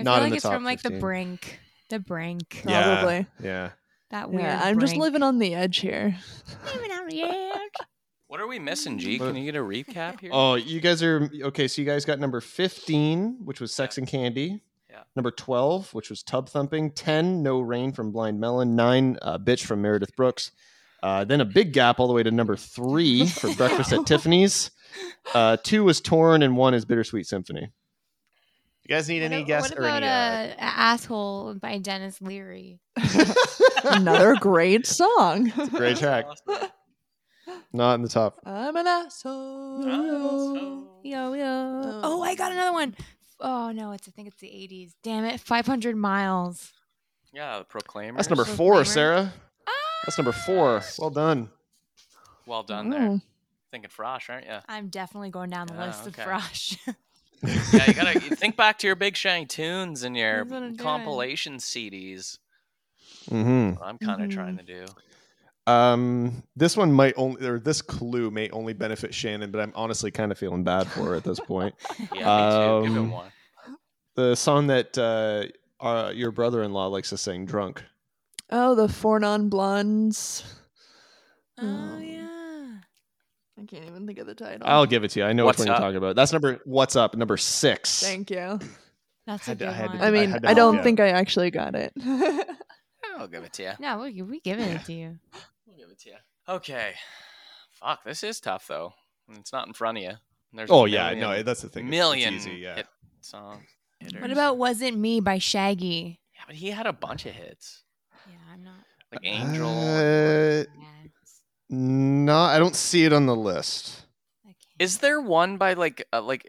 S1: not in
S4: like
S1: the
S4: it's
S1: top
S4: from like
S1: 15.
S4: the brink. The brink.
S1: Yeah.
S2: probably.
S1: Yeah.
S4: That
S2: Yeah,
S4: weird.
S2: I'm just
S4: brink.
S2: living on the edge here.
S4: Living out here.
S3: What are we missing, G? Can you get a recap here?
S1: Oh, you guys are okay. So you guys got number fifteen, which was Sex and Candy.
S3: Yeah.
S1: Number twelve, which was Tub Thumping. Ten, No Rain from Blind Melon. Nine, uh, Bitch from Meredith Brooks. Uh, then a big gap all the way to number three for Breakfast at Tiffany's. Uh, two was Torn, and one is Bittersweet Symphony. You guys need
S4: What
S1: any
S4: a-
S1: guess
S4: what
S1: or
S4: about
S1: any? uh,
S4: uh, asshole by Dennis Leary? uh,
S2: Another great song.
S1: Great track. Not in the top.
S2: I'm an asshole.
S4: Yo yo. Oh, I got another one. Oh no, it's I think it's the 80s. Damn it, 500 miles.
S3: Yeah, the Proclaimer.
S1: That's number
S4: So
S1: four,
S4: Kramer.
S1: Sarah. That's number four. Well done.
S3: Well done there. I
S4: Mm.
S2: Oh.
S3: think thinking Frosh, aren't you?
S4: I'm definitely going down the
S3: Ah,
S4: list
S3: okay.
S4: of Frosh.
S3: Yeah, you gotta you think back to your Big Shiny tunes and your
S4: That's what I'm doing.
S3: compilation CDs.
S1: Mm-hmm.
S3: What I'm kind of
S2: Mhm.
S3: trying to do.
S1: Um, this one might only, or this clue may only benefit Shannon, but I'm honestly kind of feeling bad for her at this point.
S3: Yeah, me too. Give
S1: Um,
S3: it one.
S1: The song that uh, our, your brother-in-law likes to sing, "Drunk."
S2: Oh, the four non blondes.
S4: oh
S2: Um,
S4: yeah.
S2: I can't even think of the title.
S1: I'll give it to you. I know
S3: What's
S1: which one
S3: Up?
S1: you're talking about. That's number what's up, number six.
S2: Thank you.
S4: That's a
S1: had to-
S4: good
S1: I had to
S4: one.
S2: I mean,
S1: had to
S2: I,
S1: help
S2: don't
S1: you.
S2: think I actually got it.
S3: I'll give it to you.
S4: no, we we giving it to you.
S3: We'll give it to you. Okay. Fuck, this is tough though. And It's not in front of you. There's
S1: Oh
S3: a
S1: yeah,
S3: million-
S1: no, that's the thing. It's- it's
S3: million
S1: easy, yeah.
S3: hit songs. hitters.
S4: What about "Wasn't Me" by Shaggy?
S3: Yeah, but he had a bunch of hits,
S4: Yeah, I'm not.
S3: like Angel.
S1: Uh,
S4: Yeah,
S1: no, I don't see it on the list.
S4: I can't.
S3: Is there one by like uh, like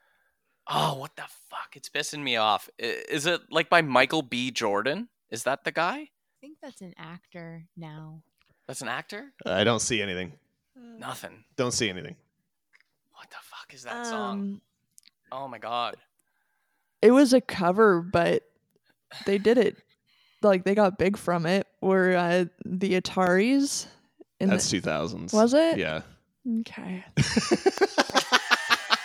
S3: Oh, what the fuck? It's pissing me off. I- Is it like by Michael B. Jordan? Is that the guy?
S4: I think that's an actor now.
S3: That's an actor?
S1: I don't see anything.
S3: Nothing.
S1: Don't see anything.
S3: What the fuck is that song?
S2: Um,
S3: Oh my god.
S2: it was a cover, but they did it. Like they got big from it. Were uh, the Ataris? In
S1: That's
S2: the,
S1: two thousands.
S2: was it?
S1: Yeah.
S2: Okay.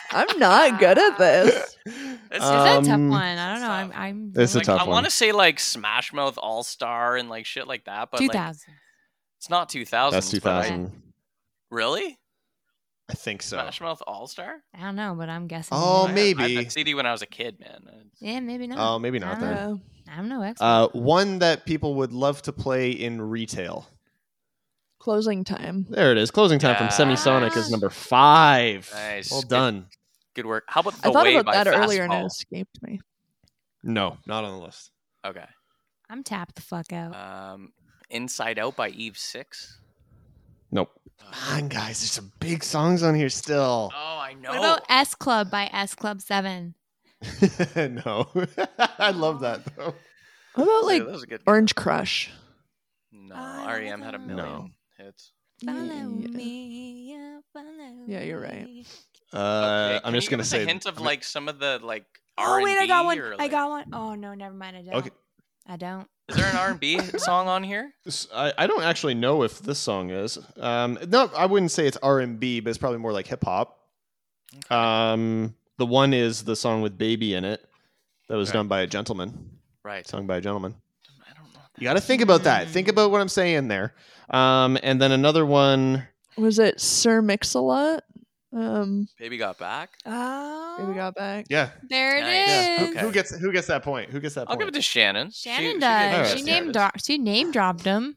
S2: I'm not good at this.
S3: It's-
S4: Is that a tough
S1: Um,
S4: one? I don't know. I'm.
S3: tough.
S4: I'm
S1: It's a
S4: really-
S3: Like,
S1: tough
S3: I
S1: one.
S3: want to say like Smash Mouth All Star and like shit like that, but
S4: Two
S3: like,
S4: thousand.
S3: it's not 2000.
S1: That's two thousand.
S3: Really?
S1: I think so.
S3: Smash Mouth All Star?
S4: I don't know, but I'm guessing.
S1: Oh,
S4: yeah.
S1: man.
S3: I had
S1: Maybe.
S3: that CD when I was a kid, man.
S4: Yeah, maybe not.
S1: Oh, maybe not
S4: I don't
S1: then.
S4: know.
S2: Uh,
S4: I'm no expert.
S1: Uh, one that people would love to play in retail.
S2: closing time.
S1: There it is. Closing time
S3: Yes.
S1: from Semisonic is number five.
S3: Nice.
S1: Well done.
S3: Good work. How about The
S2: I thought
S3: Way
S2: about
S3: by
S2: that earlier and it
S3: Fastball?
S2: escaped me.
S1: No, not on the list.
S3: Okay.
S4: I'm tapped the fuck out.
S3: Um, Inside Out by Eve Six.
S1: Nope. Come
S3: Oh,
S1: on, guys. There's some big songs on here still.
S3: I know.
S4: What about S Club by S Club Seven?
S1: no. I love that, though.
S2: What about
S3: Dude,
S2: like
S3: that was a good.
S2: Orange Crush?
S3: No,
S4: I love
S3: REM had a
S4: that
S3: million
S1: No.
S3: hits.
S4: Follow
S2: Yeah.
S4: me, yeah, follow
S2: Yeah, you're right.
S4: me.
S1: Uh,
S3: Okay,
S1: I'm
S3: can you
S1: just
S3: give
S1: going to
S3: us
S1: say.
S3: a hint of
S1: I'm-
S3: like some of the like.
S4: Oh wait, I got
S3: R&B
S4: one.
S3: or,
S4: I
S3: like-
S4: got one. Oh no, never mind. I don't.
S1: Okay.
S4: I don't.
S3: Is there an R and B song on here?
S1: S- I, I don't actually know if this song is. Um, no, I wouldn't say it's R and B, but it's probably more like hip hop. Um, the one is the song with "Baby" in it, that was
S3: Right.
S1: done by a gentleman,
S3: Right.
S1: sung by a gentleman.
S3: I don't know.
S1: You got to think about that. Think about what I'm saying there. Um, and then another one.
S2: Was it Sir Mix-a-Lot? Um,
S3: Baby got back.
S4: Oh,
S2: Baby Got Back.
S1: Yeah.
S4: There it
S3: Nice.
S1: Yeah.
S4: is.
S1: Who- Who gets who gets that point? Who gets that
S3: I'll
S1: point?
S3: give it to Shannon.
S4: Shannon
S3: she,
S4: does.
S1: it
S4: She,
S1: to
S4: name dropped. She name dropped him.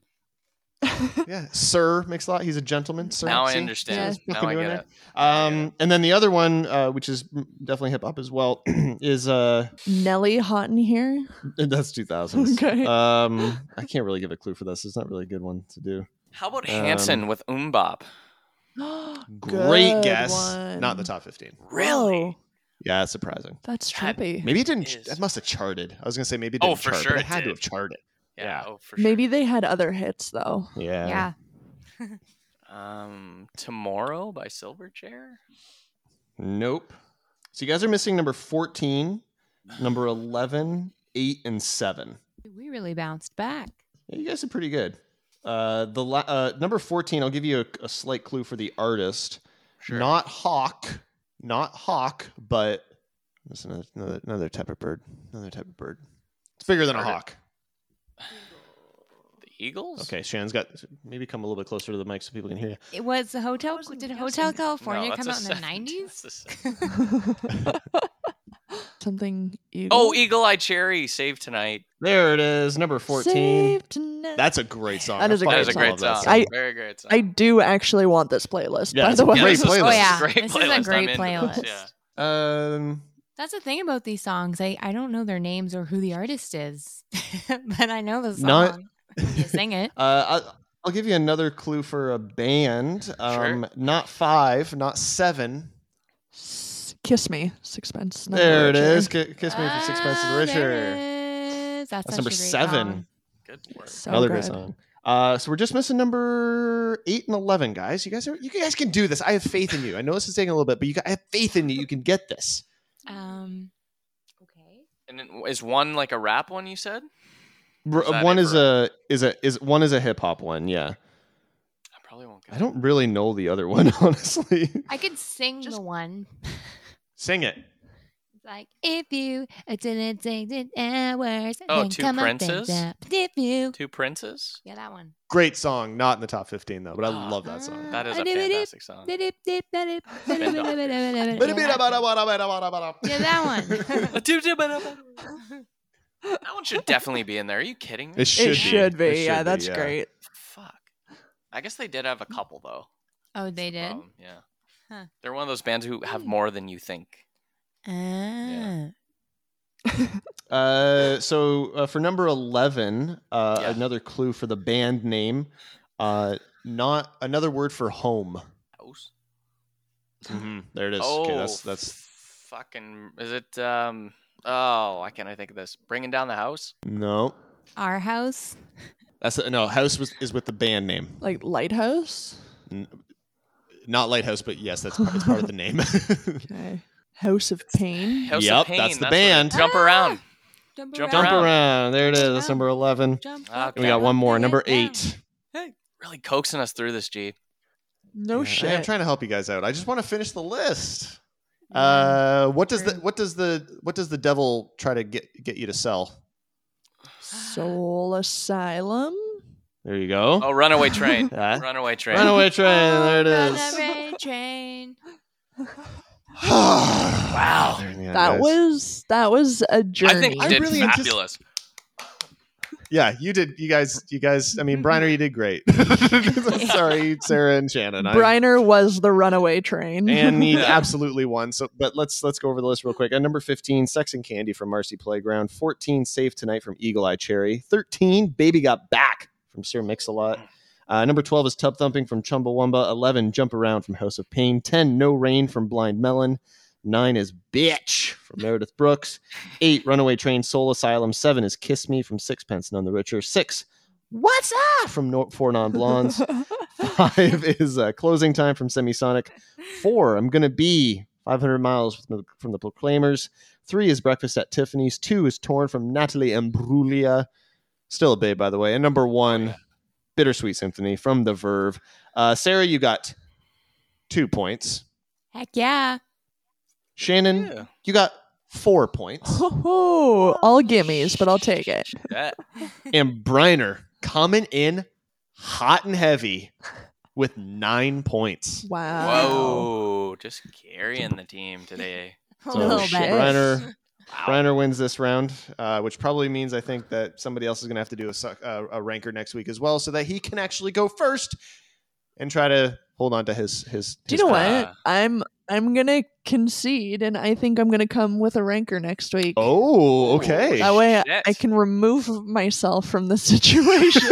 S1: yeah, Sir makes a lot. He's a gentleman. Sir.
S3: Now I
S1: See?
S3: understand.
S1: See what's
S3: Now I
S1: going
S3: get
S1: on
S3: it.
S1: there? Um, and then the other one, uh, which is definitely hip hop as well, is uh,
S2: Nelly Hot in Here.
S1: That's 2000s.
S2: Okay.
S1: Um, I can't really give a clue for this. It's not really a good one to do.
S3: How about
S1: Um,
S3: Hanson with Umbop?
S1: Great
S2: Good
S1: guess.
S2: one.
S1: Not in the top 15.
S2: Whoa,
S1: Yeah, it's surprising.
S2: that's
S3: That-
S2: trippy. Maybe,
S1: Maybe it didn't.
S3: Is-
S1: It must have charted. I was gonna say maybe it
S3: Oh,
S1: didn't
S3: for
S1: chart,
S3: sure
S1: but it
S3: it
S1: had to
S3: did.
S1: have charted. Yeah.
S3: Oh, for sure.
S2: they had other hits though.
S1: Yeah.
S4: Yeah.
S3: Um, Tomorrow by Silverchair.
S1: Nope. So you guys are missing number 14, number 11, 8, and 7.
S4: We really bounced back.
S1: Yeah, you guys are pretty good. Uh, the la- uh, number 14. I'll give you a, a slight clue for the artist. Not hawk, not hawk, but that's another, another another type of bird. Another type of bird. It's bigger than a
S3: Bird.
S1: hawk.
S3: the Eagles.
S1: Okay, Shannon's got. Maybe come a little bit closer to the mic so people can hear you.
S4: It was the hotel.
S2: wasn't
S4: Did Hotel
S2: guessing.
S4: California
S3: No, that's
S4: come
S3: a
S4: out in the
S3: seven-
S4: nineties?
S3: that's a seven.
S2: Something. Eagle.
S3: oh, Eagle Eye Cherry, Save Tonight.
S1: There it is, number fourteen.
S2: Saved tonight.
S1: That's a great song.
S2: That is
S1: I
S2: a
S3: That
S2: great
S3: is a
S1: fucking
S3: great
S1: love Oh, that
S3: song.
S2: I-
S3: Very great song.
S2: I do actually want this playlist.
S1: Yeah,
S2: by
S1: it's
S2: the
S1: a
S2: way,
S1: great
S3: this is-
S1: playlist.
S4: Oh yeah,
S3: Great
S4: this
S3: playlist.
S4: is a
S3: I'm
S4: great
S3: into
S4: playlist.
S3: this, yeah.
S1: Um,
S4: That's the thing about these songs. I, I don't know their names or who the artist is, but I know the song.
S1: Not-
S4: You sing it.
S1: uh, I, I'll give you another clue for a band. Um, Not five, not seven.
S2: S- Kiss Me, Sixpence. None
S1: There it
S2: of the
S1: is. Ki- Kiss me for sixpence is
S4: Ah,
S1: richer.
S4: there it is. That's,
S1: That's
S4: such
S1: number
S4: a great
S1: seven.
S4: song.
S3: Good
S2: richer.
S3: work.
S2: So
S1: Another
S2: good.
S1: great song. Uh, so we're just missing number eight and eleven, guys. You guys are you guys can do this. I have faith in you. I know this is taking a little bit, but you guys, I have faith in you. You can get this.
S4: Um, okay.
S3: And then is one like a rap one you said?
S1: R- uh,
S3: Is that
S1: one
S3: it
S1: is
S3: for-
S1: a is a is one is a hip hop one. Yeah,
S3: I probably won't get
S1: I don't really know the other one honestly.
S4: I could sing
S2: Just-
S4: the one.
S1: Sing it.
S4: It's like if you didn't take the hours.
S3: Oh,
S4: then
S3: Two
S4: come up and
S3: Princes?
S4: down. If you.
S3: Two Princes?
S4: Yeah, that one.
S1: Great song. Not in the top fifteen though, but I
S3: Oh,
S1: love that song.
S3: That is a
S4: Ah, I did it.
S3: fantastic song.
S4: Yeah, that one. Yeah, that one.
S3: A two- two- ba- da- ba- that one should definitely be in there. Are you kidding me?
S1: It should,
S2: it should be.
S1: It
S2: yeah,
S1: should be,
S2: that's great.
S3: Fuck. I guess they did have a couple though.
S4: Oh, they did.
S3: Um, yeah.
S4: Huh.
S3: They're one of those bands who have
S4: Hmm.
S3: more than you think.
S4: Ah.
S1: Uh, so uh, for number 11 uh,
S3: Yeah.
S1: another clue for the band name uh, not another word for home
S3: House?
S1: there it is
S3: Oh,
S1: okay that's that's
S3: fucking. Is it? Um. Oh, why can't I think of this? Bringing down the house.
S1: no
S4: Our house.
S1: that's no house was, is with the band name
S2: Like lighthouse.
S1: not lighthouse but yes that's it's part of the name
S2: Okay. House of Pain.
S3: House of
S1: Yep,
S3: Pain,
S1: that's the
S3: where they
S1: band.
S3: Jump around.
S4: Jump,
S3: Jump
S1: jump
S3: around.
S1: around there it is that's number 11
S4: Jump
S3: Ah,
S4: up,
S1: and we got
S4: jump
S1: one
S4: up,
S1: more
S4: and
S1: number
S4: down.
S1: eight
S3: Really coaxing us through this, G.
S2: No
S1: Yeah,
S2: Oh, shit.
S1: hey, i'm trying to help you guys out i just want to finish the list uh what does the
S4: True.
S1: what does the what does the devil try to get get you to sell
S2: Soul Asylum.
S1: there you go
S3: Oh, runaway train.
S1: Huh?
S3: runaway train.
S1: runaway train there it
S4: Oh,
S1: is
S4: runaway train.
S1: wow.
S2: That was that was a journey.
S3: I think
S1: I
S3: you did
S1: really antici-
S3: fabulous.
S1: Yeah, you did. You guys, you guys, I mean, Briner, you did great. Sorry, Sarah and Shannon. I-
S2: Briner was the runaway train.
S1: and he
S3: Yeah.
S1: absolutely won. So, but let's let's go over the list real quick. At number fifteen, Sex and Candy from Marcy Playground. Fourteen, Safe Tonight from Eagle Eye Cherry. Thirteen, Baby Got Back from Sir Mix-a-Lot. Uh, number twelve is Tub Thumping from Chumbawamba. Eleven, Jump Around from House of Pain. Ten, No Rain from Blind Melon. Nine is Bitch from Meredith Brooks. Eight, Runaway Train, Soul Asylum. Seven is Kiss Me from Sixpence None the Richer. Six, What's Up from no- Four Non Blondes. Five is uh, Closing Time from Semisonic. Four, I'm going to be 500 miles from the, from the Proclaimers. Three is Breakfast at Tiffany's. Two is Torn from Natalie Imbruglia. Still a babe, by the way. And number
S3: Oh,
S1: one, Bittersweet Symphony from The Verve. Uh, Sarah, you got two points.
S4: Heck yeah.
S1: Shannon,
S3: Yeah.
S1: you got four points.
S2: Oh, all gimmies, but I'll take it.
S3: That-
S1: and Briner coming in hot and heavy with nine points.
S2: Wow.
S3: Whoa. Just carrying the team today.
S4: A
S1: So
S4: little
S2: shit.
S4: bit.
S1: Reiner, Reiner wins this round, uh, which probably means I think that somebody else is going to have to do a, suck, uh, a ranker next week as well, so that he can actually go first and try to hold on to his his.
S2: Do
S1: his
S2: you know
S3: uh,
S2: what? I'm I'm gonna concede, and I think I'm gonna come with a ranker next week.
S1: Oh, okay.
S2: that way uh, I-
S3: shit.
S2: I can remove myself from the situation.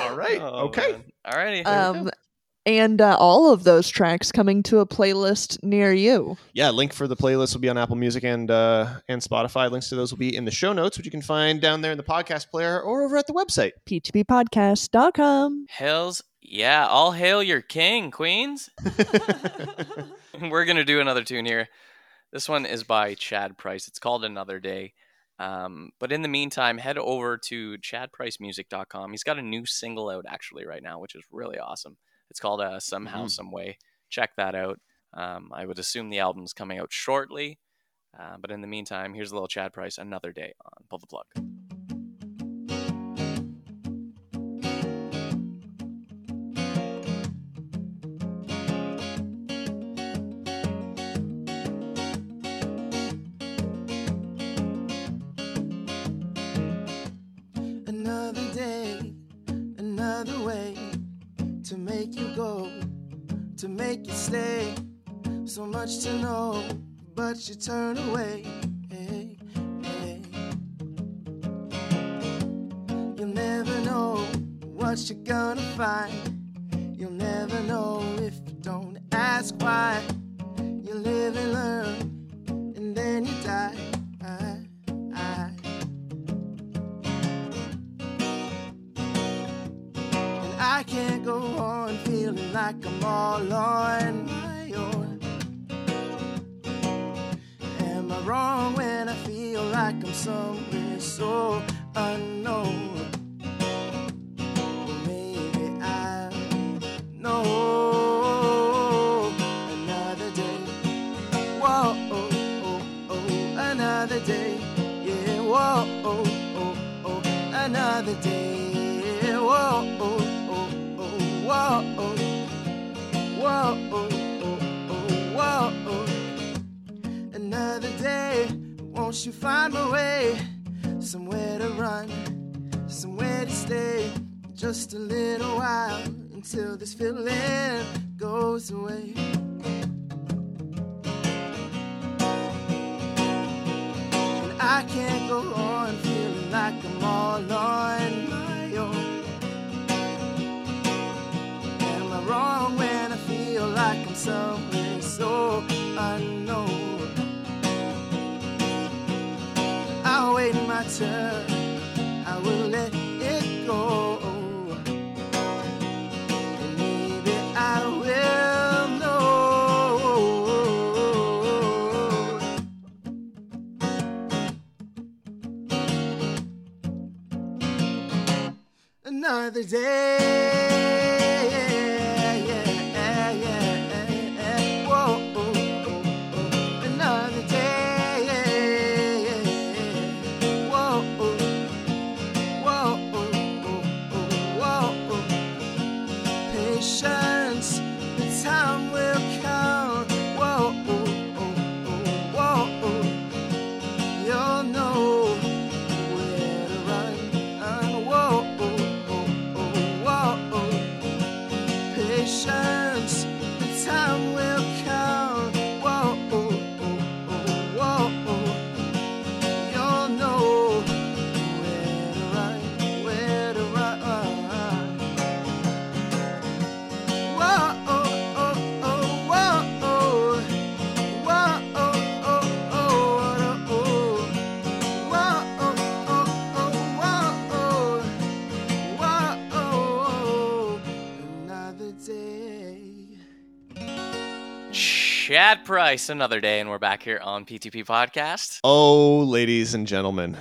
S1: All right. okay.
S3: Oh, All righty.
S2: um, and uh, all of those tracks coming to a playlist near you.
S1: yeah link for the playlist will be on apple music and uh and spotify links to those will be in the show notes which you can find down there in the podcast player or over at the website
S2: p2ppodcast.com.
S3: Hells yeah. All hail your king, Queens. We're going to do another tune here. This one is by Chad Price. It's called Another Day. Um, but in the meantime, head over to chadpricemusic.com. He's got a new single out actually right now, which is really awesome. It's called uh, Somehow,
S1: Mhm.
S3: Some Way. Check that out. Um, I would assume the album's coming out shortly. Uh, but in the meantime, here's a little Chad Price, Another Day on Pull the Plug.
S6: Another day, another way to make you go, to make you stay. So much to know, but you turn away. Hey, hey. You'll never know what you're gonna find. You'll never know if you don't ask why. You live and learn, and then you die. I, I. like I'm all on my own. Am I wrong when I feel like I'm somewhere so unknown? Maybe I know another day. Whoa, oh, oh, oh, another day. Yeah, whoa, oh, oh, oh, another day. Yeah, whoa, oh, oh, oh, whoa, oh, whoa, oh, oh, oh, whoa, oh another day. Won't you find my way? Somewhere to run, somewhere to stay. Just a little while until this feeling goes away. And I can't go on feeling like I'm all on my own. Am I wrong when I feel like I'm somewhere so unknown? I'll wait my turn. I will let it go. And maybe I will know. another day. Whoa, oh, oh, oh. Another day. Whoa, oh. Whoa, oh, oh, oh, whoa, oh. Patience, the time will come. Whoa, oh, oh, oh, whoa, oh. You'll know where to run. Uh, whoa, oh, oh, oh, whoa, oh. Patience, the time will come. Whoa, oh, oh, oh, whoa, oh. You'll know where to run, where to run. Whoa, oh, oh, oh, whoa, oh. Whoa, oh, oh, oh, oh, oh. Another day.
S3: Chad Price, another day, and we're back here on PTP Podcast.
S1: Oh, ladies and gentlemen,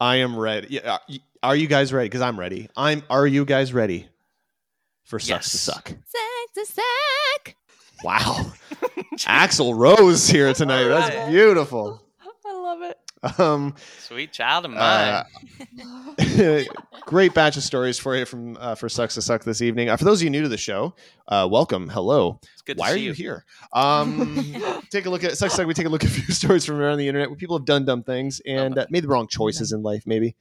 S1: I am ready. Yeah, are y- Are you guys ready? Because I'm ready. I'm. Are you guys ready for sucks to
S3: Yes.
S1: suck?
S4: Sex a sack.
S1: Wow, Axel Rose here tonight. That's
S3: Alright.
S1: beautiful.
S2: I love it.
S1: Um,
S3: Sweet child of mine.
S1: Uh, great batch of stories for you from uh, for sucks to suck this evening. Uh, for those of you new to the show, uh, welcome. Hello.
S3: it's good to
S1: Why
S3: see
S1: are you, here? Um, take a look at sucks. Like we take a look at a few stories from around the internet where people have done dumb things and uh, made the wrong choices in life, maybe.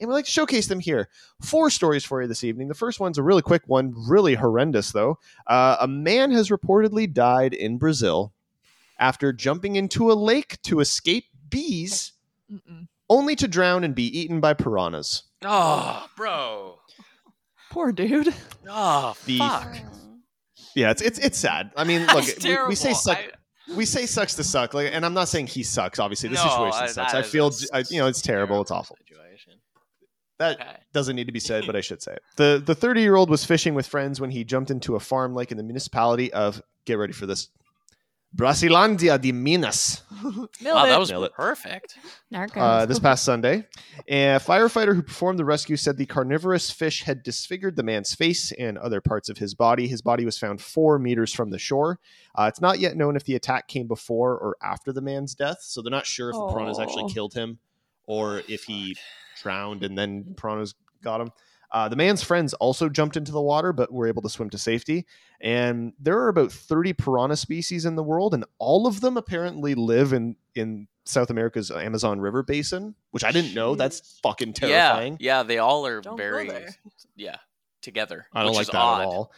S1: And we like to showcase them here. Four stories for you this evening. The first one's a really quick one, really horrendous though. Uh, a man has reportedly died in Brazil after jumping into a lake to escape bees,
S2: Mm-mm.
S1: only to drown and be eaten by piranhas.
S3: Oh, bro.
S2: Poor dude.
S3: Oh,
S1: The-
S3: fuck.
S1: Yeah, it's it's it's sad. I mean, look,
S3: That's
S1: we, we say
S3: terrible.
S1: suck.
S3: I-
S1: we say sucks to suck like and i'm not saying he sucks obviously the
S3: no,
S1: situation
S3: I-
S1: sucks
S3: that
S1: i
S3: is
S1: feel
S3: a
S1: I, you know it's terrible it's awful
S3: Situation.
S1: that
S3: Okay.
S1: doesn't need to be said but i should say it the the 30 year old was fishing with friends when he jumped into a farm lake in the municipality of get ready for this brasilandia de minas
S2: Nailed
S3: Wow,
S2: it.
S3: that was
S1: Nailed it.
S3: perfect.
S4: Narcos.
S1: uh, this past sunday a firefighter who performed the rescue said the carnivorous fish had disfigured the man's face and other parts of his body his body was found four meters from the shore Uh, it's not yet known if the attack came before or after the man's death, so they're not sure if the piranhas
S2: Oh.
S1: actually killed him
S3: Oh,
S1: or if he drowned and
S3: Mm.
S1: then piranhas got him. Uh, the man's friends also jumped into the water, but were able to swim to safety. And there are about 30 piranha species in the world, and all of them apparently live in in South America's Amazon River basin, which I didn't know. That's fucking terrifying.
S3: Yeah, yeah, they all are
S2: Don't go
S3: very
S2: there.
S3: yeah together.
S1: I don't
S3: which
S1: like
S3: is
S1: that
S3: odd.
S1: at all.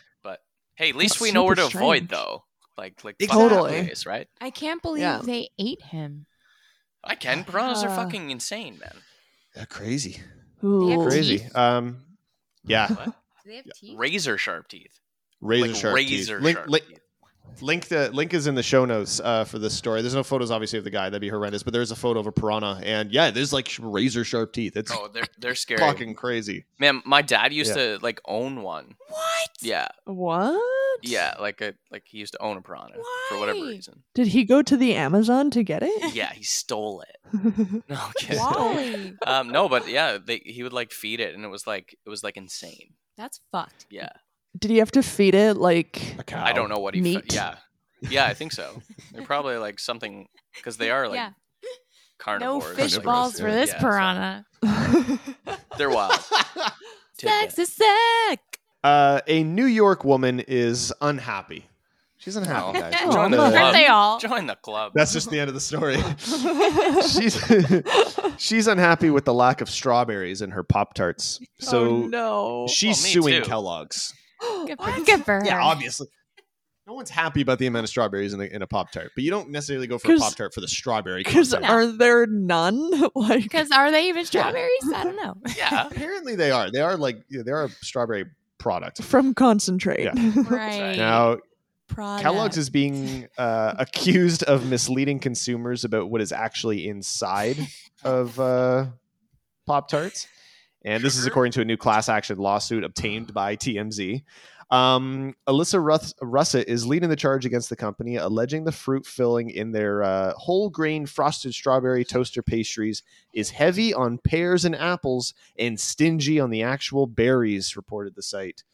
S3: Hey, at least
S2: That's
S3: we know where to
S2: super
S3: avoid
S2: strange.
S3: though. Like like
S1: Exactly.
S2: Totally.
S3: Ways, right?
S4: I can't believe
S2: Yeah.
S4: they ate him.
S3: I can. Piranhas are
S2: Uh,
S3: fucking insane, man.
S1: Yeah, crazy,
S4: have
S2: Ooh.
S4: to eat-
S1: crazy.
S4: Teeth?
S1: Um, yeah,
S3: What?
S4: Do they have teeth?
S3: Razor sharp teeth.
S1: razor
S3: like
S1: sharp. teeth.
S3: razor
S1: Link-
S3: sharp.
S1: link-
S3: teeth.
S1: Link the link is in the show notes uh, for this story. There's no photos, obviously, of the guy. That'd be horrendous. But there's a photo of a piranha, and yeah, there's like razor sharp teeth. It's
S3: Oh, they're they're scary.
S1: fucking crazy.
S3: Man, my dad used to like own one.
S4: What?
S3: Yeah,
S2: What?
S3: yeah, like a like he used to own a piranha for whatever
S4: Why?
S3: reason.
S2: Did he go to the Amazon to get it?
S3: Yeah, he stole it. No, I'm kidding.
S4: Why?
S3: um, no, but yeah, they, he would like feed it, and it was like it was like insane.
S4: That's fucked.
S3: Yeah,
S2: Did he have to feed it like
S1: A cow.
S3: I don't know what he. fe-
S2: Meat.
S3: yeah, yeah, I think so. They're probably like something because they are like
S4: Yeah. No
S3: carnivores.
S4: fish
S3: like-
S4: balls for this
S3: Yeah, so
S4: piranha.
S3: they're wild.
S4: Sex
S3: Tidbit.
S4: is sick.
S1: Uh, a New York woman is unhappy. She's unhappy.
S3: Oh.
S1: guys.
S2: Oh,
S1: Join the
S2: no.
S1: club.
S4: Aren't they all?
S3: Join the club.
S1: That's just the end of the story. she's she's unhappy with the lack of strawberries in her pop tarts, so
S2: oh no.
S3: Well,
S1: she's
S3: me
S1: suing
S3: too.
S1: Kellogg's.
S4: Good for, good for her.
S2: Um,
S1: Yeah, obviously. No one's happy about the amount of strawberries in, the, in a pop tart, but you don't necessarily go for a
S2: 'Cause-
S1: pop tart for the strawberry.
S2: Because
S1: content.
S2: are there none? like
S4: Because are they even strawberries? I don't know.
S3: Yeah.
S1: apparently they are. They are like yeah, they are a strawberry product.
S2: from concentrate.
S4: Right.
S1: Now
S4: Product.
S1: Kellogg's is being uh, accused of misleading consumers about what is actually inside of uh, Pop Tarts. And this is
S3: Sugar?
S1: according to a new class action lawsuit obtained by TMZ. Um, Alyssa Ruth- Russet is leading the charge against the company, alleging the fruit filling in their uh, whole grain frosted strawberry toaster pastries is heavy on pears and apples and stingy on the actual berries, reported the site.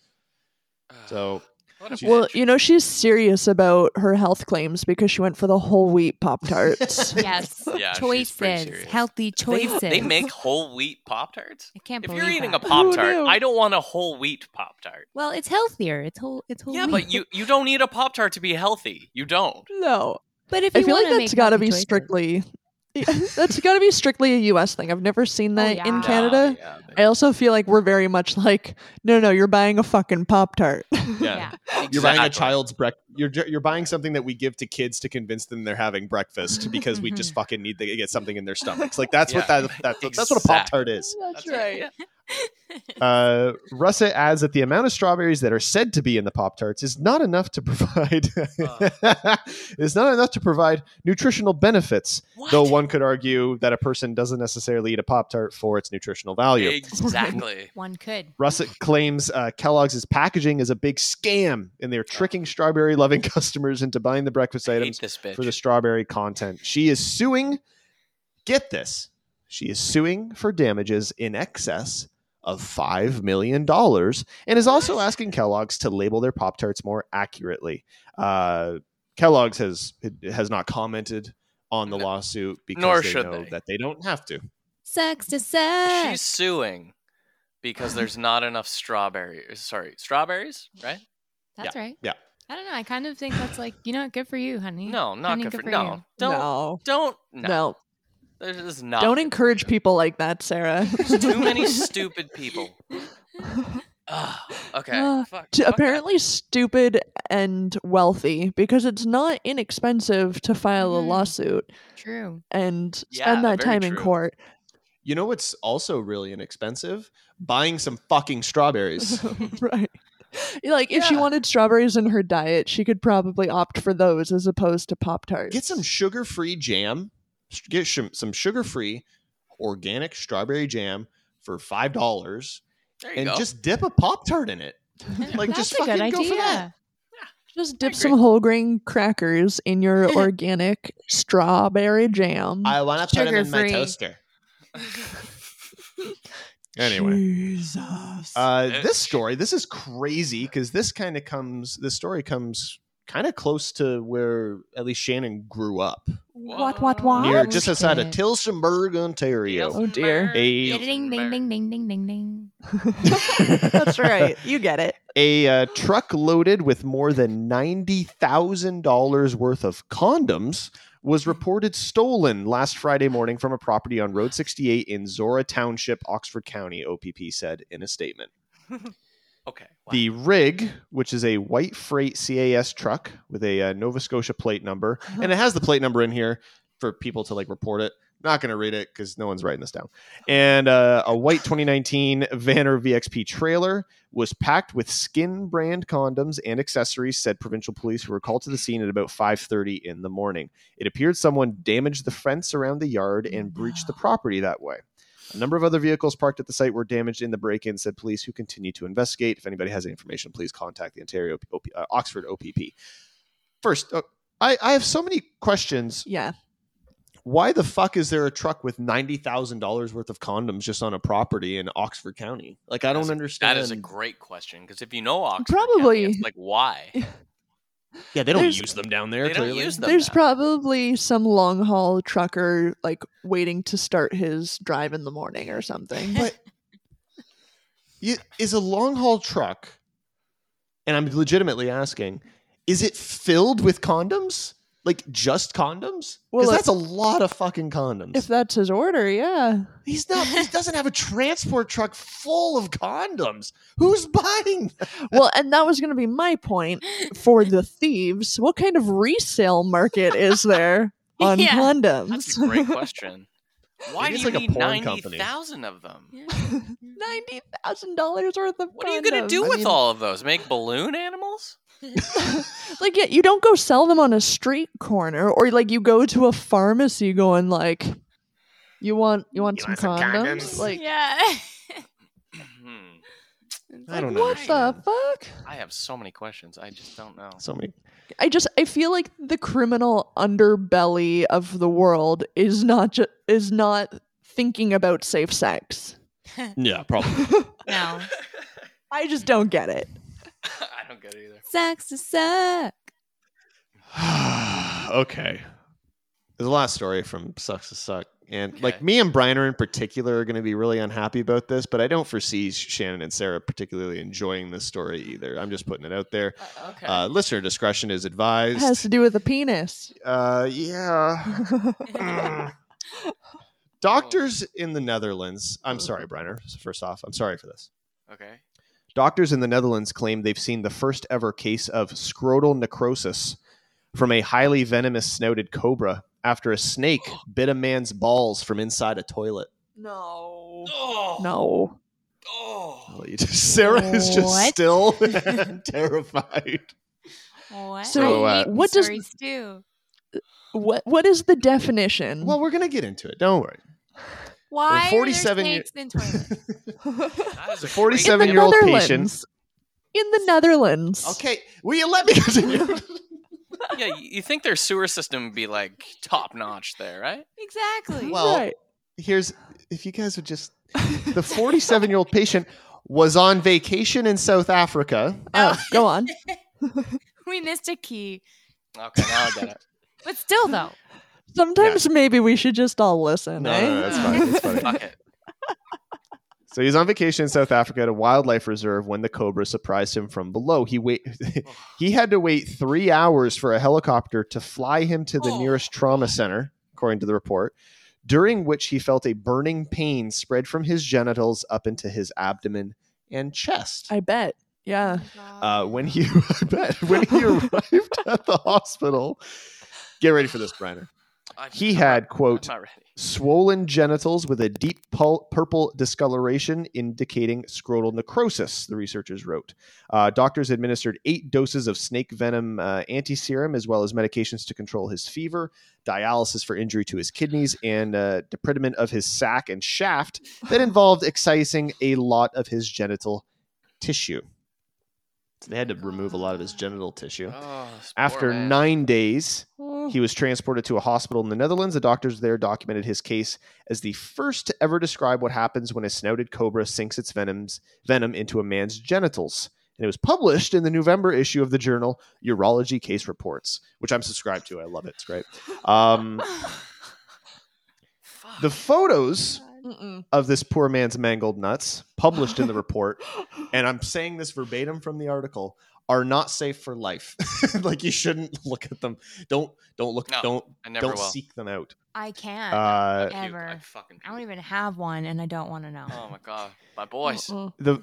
S1: So
S3: What a
S1: She's-
S2: Well, you know, she's serious about her health claims because she went for the whole wheat Pop Tarts.
S4: Yes.
S3: Yeah, she's pretty
S4: choices.
S3: serious.
S4: Healthy choices.
S3: They make whole wheat Pop Tarts?
S4: I can't
S3: If
S4: believe
S3: you're eating a
S4: that.
S3: Pop
S2: Who
S3: Tart,
S2: knew?
S3: I don't want a whole wheat Pop Tart.
S4: Well, it's healthier. It's whole. It's whole.
S3: Yeah,
S4: wheat.
S3: but you, you don't need a Pop Tart to be healthy. You don't.
S2: no.
S4: But if you
S2: I feel like
S4: wanna
S2: that's
S4: make
S2: got to
S4: healthy
S2: be
S4: choices-
S2: strictly. that's got to be strictly a U.S. thing. I've never seen that
S4: Oh, yeah.
S2: in
S4: No,
S2: Canada.
S3: Yeah,
S2: I also feel like we're very much like, no, no, you're buying a fucking Pop Tart.
S4: Yeah.
S1: You're buying a
S3: Exactly.
S1: child's breakfast. You're you're buying something that we give to kids to convince them they're having breakfast because we just fucking need to get something in their stomachs. Like that's what
S3: Yeah.
S1: that that's, what- that's what a pop tart is.
S2: that's
S1: Uh, Russet adds that the amount of strawberries that are said to be in the pop tarts is not enough to provide is not enough to provide nutritional benefits.
S3: What?
S1: Though one could argue that a person doesn't necessarily eat a pop tart for its nutritional value.
S3: Exactly.
S4: One could.
S1: Russet claims uh, Kellogg's packaging is a big scam, and they're tricking strawberry-loving customers into buying the breakfast
S3: I hate
S1: items
S3: this bitch.
S1: for the strawberry content. She is suing. Get this. She is suing for damages in excess of $5 million and is also asking Kellogg's to label their Pop Tarts more accurately. Uh, Kellogg's has has not commented on the
S3: No.
S1: lawsuit because
S3: Nor
S1: they
S3: should
S1: know
S3: they.
S1: that they don't have to.
S4: Sex to sex.
S3: She's suing because there's not enough strawberries. Sorry, strawberries, right?
S4: that's right.
S1: yeah.
S4: I don't know. I kind of think that's like you know, good for you, honey.
S3: No, not
S4: Honey,
S3: good,
S4: good
S3: for,
S4: for
S3: no.
S4: you.
S3: Don't
S2: no,
S3: don't
S2: no.
S3: no. There's just not.
S2: Don't
S3: good for
S2: encourage
S3: you.
S2: people like that, Sarah.
S3: There's too many stupid people. Ugh, okay.
S2: Uh,
S3: Fuck.
S2: to
S3: fuck
S2: apparently stupid and wealthy because it's not inexpensive to file a
S4: Mhm.
S2: lawsuit
S4: True.
S2: and
S3: Mm-hmm. Yeah,
S2: spend that
S3: very
S2: time in
S3: true.
S2: court.
S1: You know what's also really inexpensive? Buying some fucking strawberries.
S2: right. Like if she
S3: Yeah.
S2: wanted strawberries in her diet, she could probably opt for those as opposed to Pop Tarts.
S1: Get some sugar free jam. S- Get some, some sugar free organic strawberry jam for $5
S3: that. There you
S1: and
S3: go.
S1: just dip a Pop Tart in it. Like,
S4: that's
S1: just
S4: a good
S1: fucking go
S4: idea.
S1: for that.
S2: Just
S3: I
S2: dip
S3: agree.
S2: some whole grain crackers in your organic strawberry
S3: Mm,
S2: jam.
S1: want
S4: put 'em in my Sugar-free.
S1: toaster. anyway.
S2: Jesus.
S1: Uh, this story, this is crazy because this kind of comes, this story comes kind of close to where at least Shannon grew up,
S2: what? What? What?
S1: near
S4: Oh,
S1: just outside of
S4: shit.
S1: Tilsonburg, Ontario.
S2: Oh, dear.
S1: A
S4: Ding ding ding ding ding ding ding.
S2: That's right. You get it.
S1: a uh, truck loaded with more than $90,000 worth of condoms was reported stolen last Friday morning from a property on Road 68 in Zora Township, Oxford County, OPP said in a statement.
S3: Okay. wow.
S1: The rig, which is a white freight CAS truck with a uh, Nova Scotia plate number, and it has the plate number in here for people to like report it. Not going to read it because no one's writing this down. And uh, a white 2019 Vanner VXP trailer was packed with skin brand condoms and accessories. Said provincial police were called to the scene at about 5:30 in the morning. It appeared someone damaged the fence around the yard and breached the property that way. A number of other vehicles parked at the site were damaged in the break-in. Said police, who continue to investigate. If anybody has any information, please contact the Ontario OP, uh, Oxford OPP. First, uh, I, I have so many questions
S2: Yeah.
S1: why the fuck is there a truck with ninety thousand dollars worth of condoms just on a property in Oxford County? Like I
S3: That is
S1: don't
S3: a-
S1: understand.
S3: That is a great question because if you know Oxford,
S2: Probably.
S3: County, it's like why
S1: yeah, they don't
S2: there's-
S1: use them down there.
S3: they don't
S1: clearly.
S3: use them?
S2: There's
S3: now.
S2: probably some long haul trucker like waiting to start his drive in the morning or something.
S1: But you, is a long haul truck, and I'm legitimately asking, is it filled with condoms? Like just condoms? Because
S2: Well, uh,
S1: that's a lot of fucking condoms.
S2: if that's his order, yeah.
S1: He's not. He doesn't have a transport truck full of condoms. Who's buying? them?
S2: Well, and that was going to be my point for the thieves. What kind of resale market is there on
S4: Yeah.
S2: condoms?
S3: That's a great question. Why do
S1: Maybe
S3: you
S1: it's like a
S3: need
S1: porn
S3: ninety
S1: company.
S3: thousand of them?
S2: Ninety thousand dollars worth of.
S3: What are you gonna
S2: condoms.
S3: do
S1: I
S3: with
S1: mean-
S3: all of those? Make balloon animals?
S2: Like, yeah, you don't go sell them on a street corner, or like you go to a pharmacy going like, you want you want,
S1: You
S2: some,
S1: want some
S2: condoms?
S1: condoms?
S2: Like,
S4: yeah.
S3: Hmm.
S1: I don't know.
S2: what the fuck?
S3: I have so many questions. I just don't know.
S1: So many
S2: I just I feel like the criminal underbelly of the world is not ju- is not thinking about safe sex.
S1: Yeah, probably.
S4: no.
S2: I just don't get it.
S3: I don't get it either.
S4: Sucks to suck.
S1: okay. There's a last story from Sucks to Suck. And like
S3: Okay.
S1: me and Brian are in particular are going to be really unhappy about this, but I don't foresee Shannon and Sarah particularly enjoying this story either. I'm just putting it out there.
S3: okay.
S1: Uh, listener discretion is
S2: It has to
S1: advised.
S2: do with a penis.
S1: Uh, yeah. Hmm.
S2: Oh.
S1: Doctors in the Netherlands. I'm sorry, Brian. First off, I'm sorry for this.
S3: okay.
S1: Doctors in the Netherlands claim they've seen the first ever case of scrotal necrosis from a highly venomous snouted cobra after a snake
S2: Oh.
S1: bit a man's balls from inside a toilet.
S2: no.
S3: Oh.
S2: No.
S3: Oh.
S1: Sarah is just
S4: What?
S1: still terrified.
S4: What?
S2: So,
S1: uh,
S2: what does-
S4: stories do?
S2: What what is the definition?
S1: Well, we're going to get into it. Don't worry.
S4: Why are
S1: 47
S4: there
S1: year-
S4: snakes in toilets?
S3: That is a
S1: The 47
S3: crazy-
S1: year old
S2: Netherlands.
S1: patient.
S2: In the Netherlands.
S1: Okay, will you let me continue?
S3: Yeah, you- you think their sewer system would be like top notch there, right?
S4: exactly.
S1: Well-
S2: Right.
S1: Here's if you guys would just. The 47 year old patient was on vacation in South Africa.
S2: Oh, go on.
S4: we missed a key.
S3: Okay, now I get it.
S4: But still, though.
S2: Sometimes maybe we should just all listen,
S1: No,
S2: eh?
S1: no, no, that's fine, that's fine.
S3: Fuck it.
S1: So he's on vacation in South Africa at a wildlife reserve when the cobra surprised him from below. He wait he had to wait three hours for a helicopter to fly him to the
S3: Oh.
S1: nearest trauma center, according to the report, during which he felt a burning pain spread from his genitals up into his abdomen and chest.
S2: I bet. Yeah.
S1: Uh, when he I bet when he arrived at the hospital, get ready for this, Briner.
S3: I'm-
S1: He
S3: I'm
S1: had
S3: not-
S1: quote
S3: I'm not ready.
S1: swollen genitals with a deep pul- purple discoloration indicating scrotal necrosis, the researchers wrote. Uh, doctors administered eight doses of snake venom uh, antiserum, as well as medications to control his fever, dialysis for injury to his kidneys, and uh, deprediment of his sac and shaft that involved excising a lot of his genital tissue. So they had to remove a lot of his genital tissue.
S3: Oh, this poor
S1: After
S3: man.
S1: nine days, he was transported to a hospital in the Netherlands. The doctors there documented his case as the first to ever describe what happens when a snouted cobra sinks its venoms, venom into a man's genitals. And it was published in the November issue of the journal Urology Case Reports, which I'm subscribed to. I love it. It's great. Um,
S3: Fuck.
S1: the photos
S2: Mm-mm.
S1: of this poor man's mangled nuts published in the report, and I'm saying this verbatim from the article, are not safe for life. like you shouldn't look at them. Don't don't look.
S3: No,
S1: don't
S3: I never
S1: don't
S3: will.
S1: seek them out.
S4: I can't.
S1: Uh,
S3: I puke. I
S4: ever.
S3: fucking
S4: I don't
S3: puke.
S4: even have one, and I don't want to know. Uh-uh.
S3: Oh my god, my boys.
S2: Mm-mm.
S1: the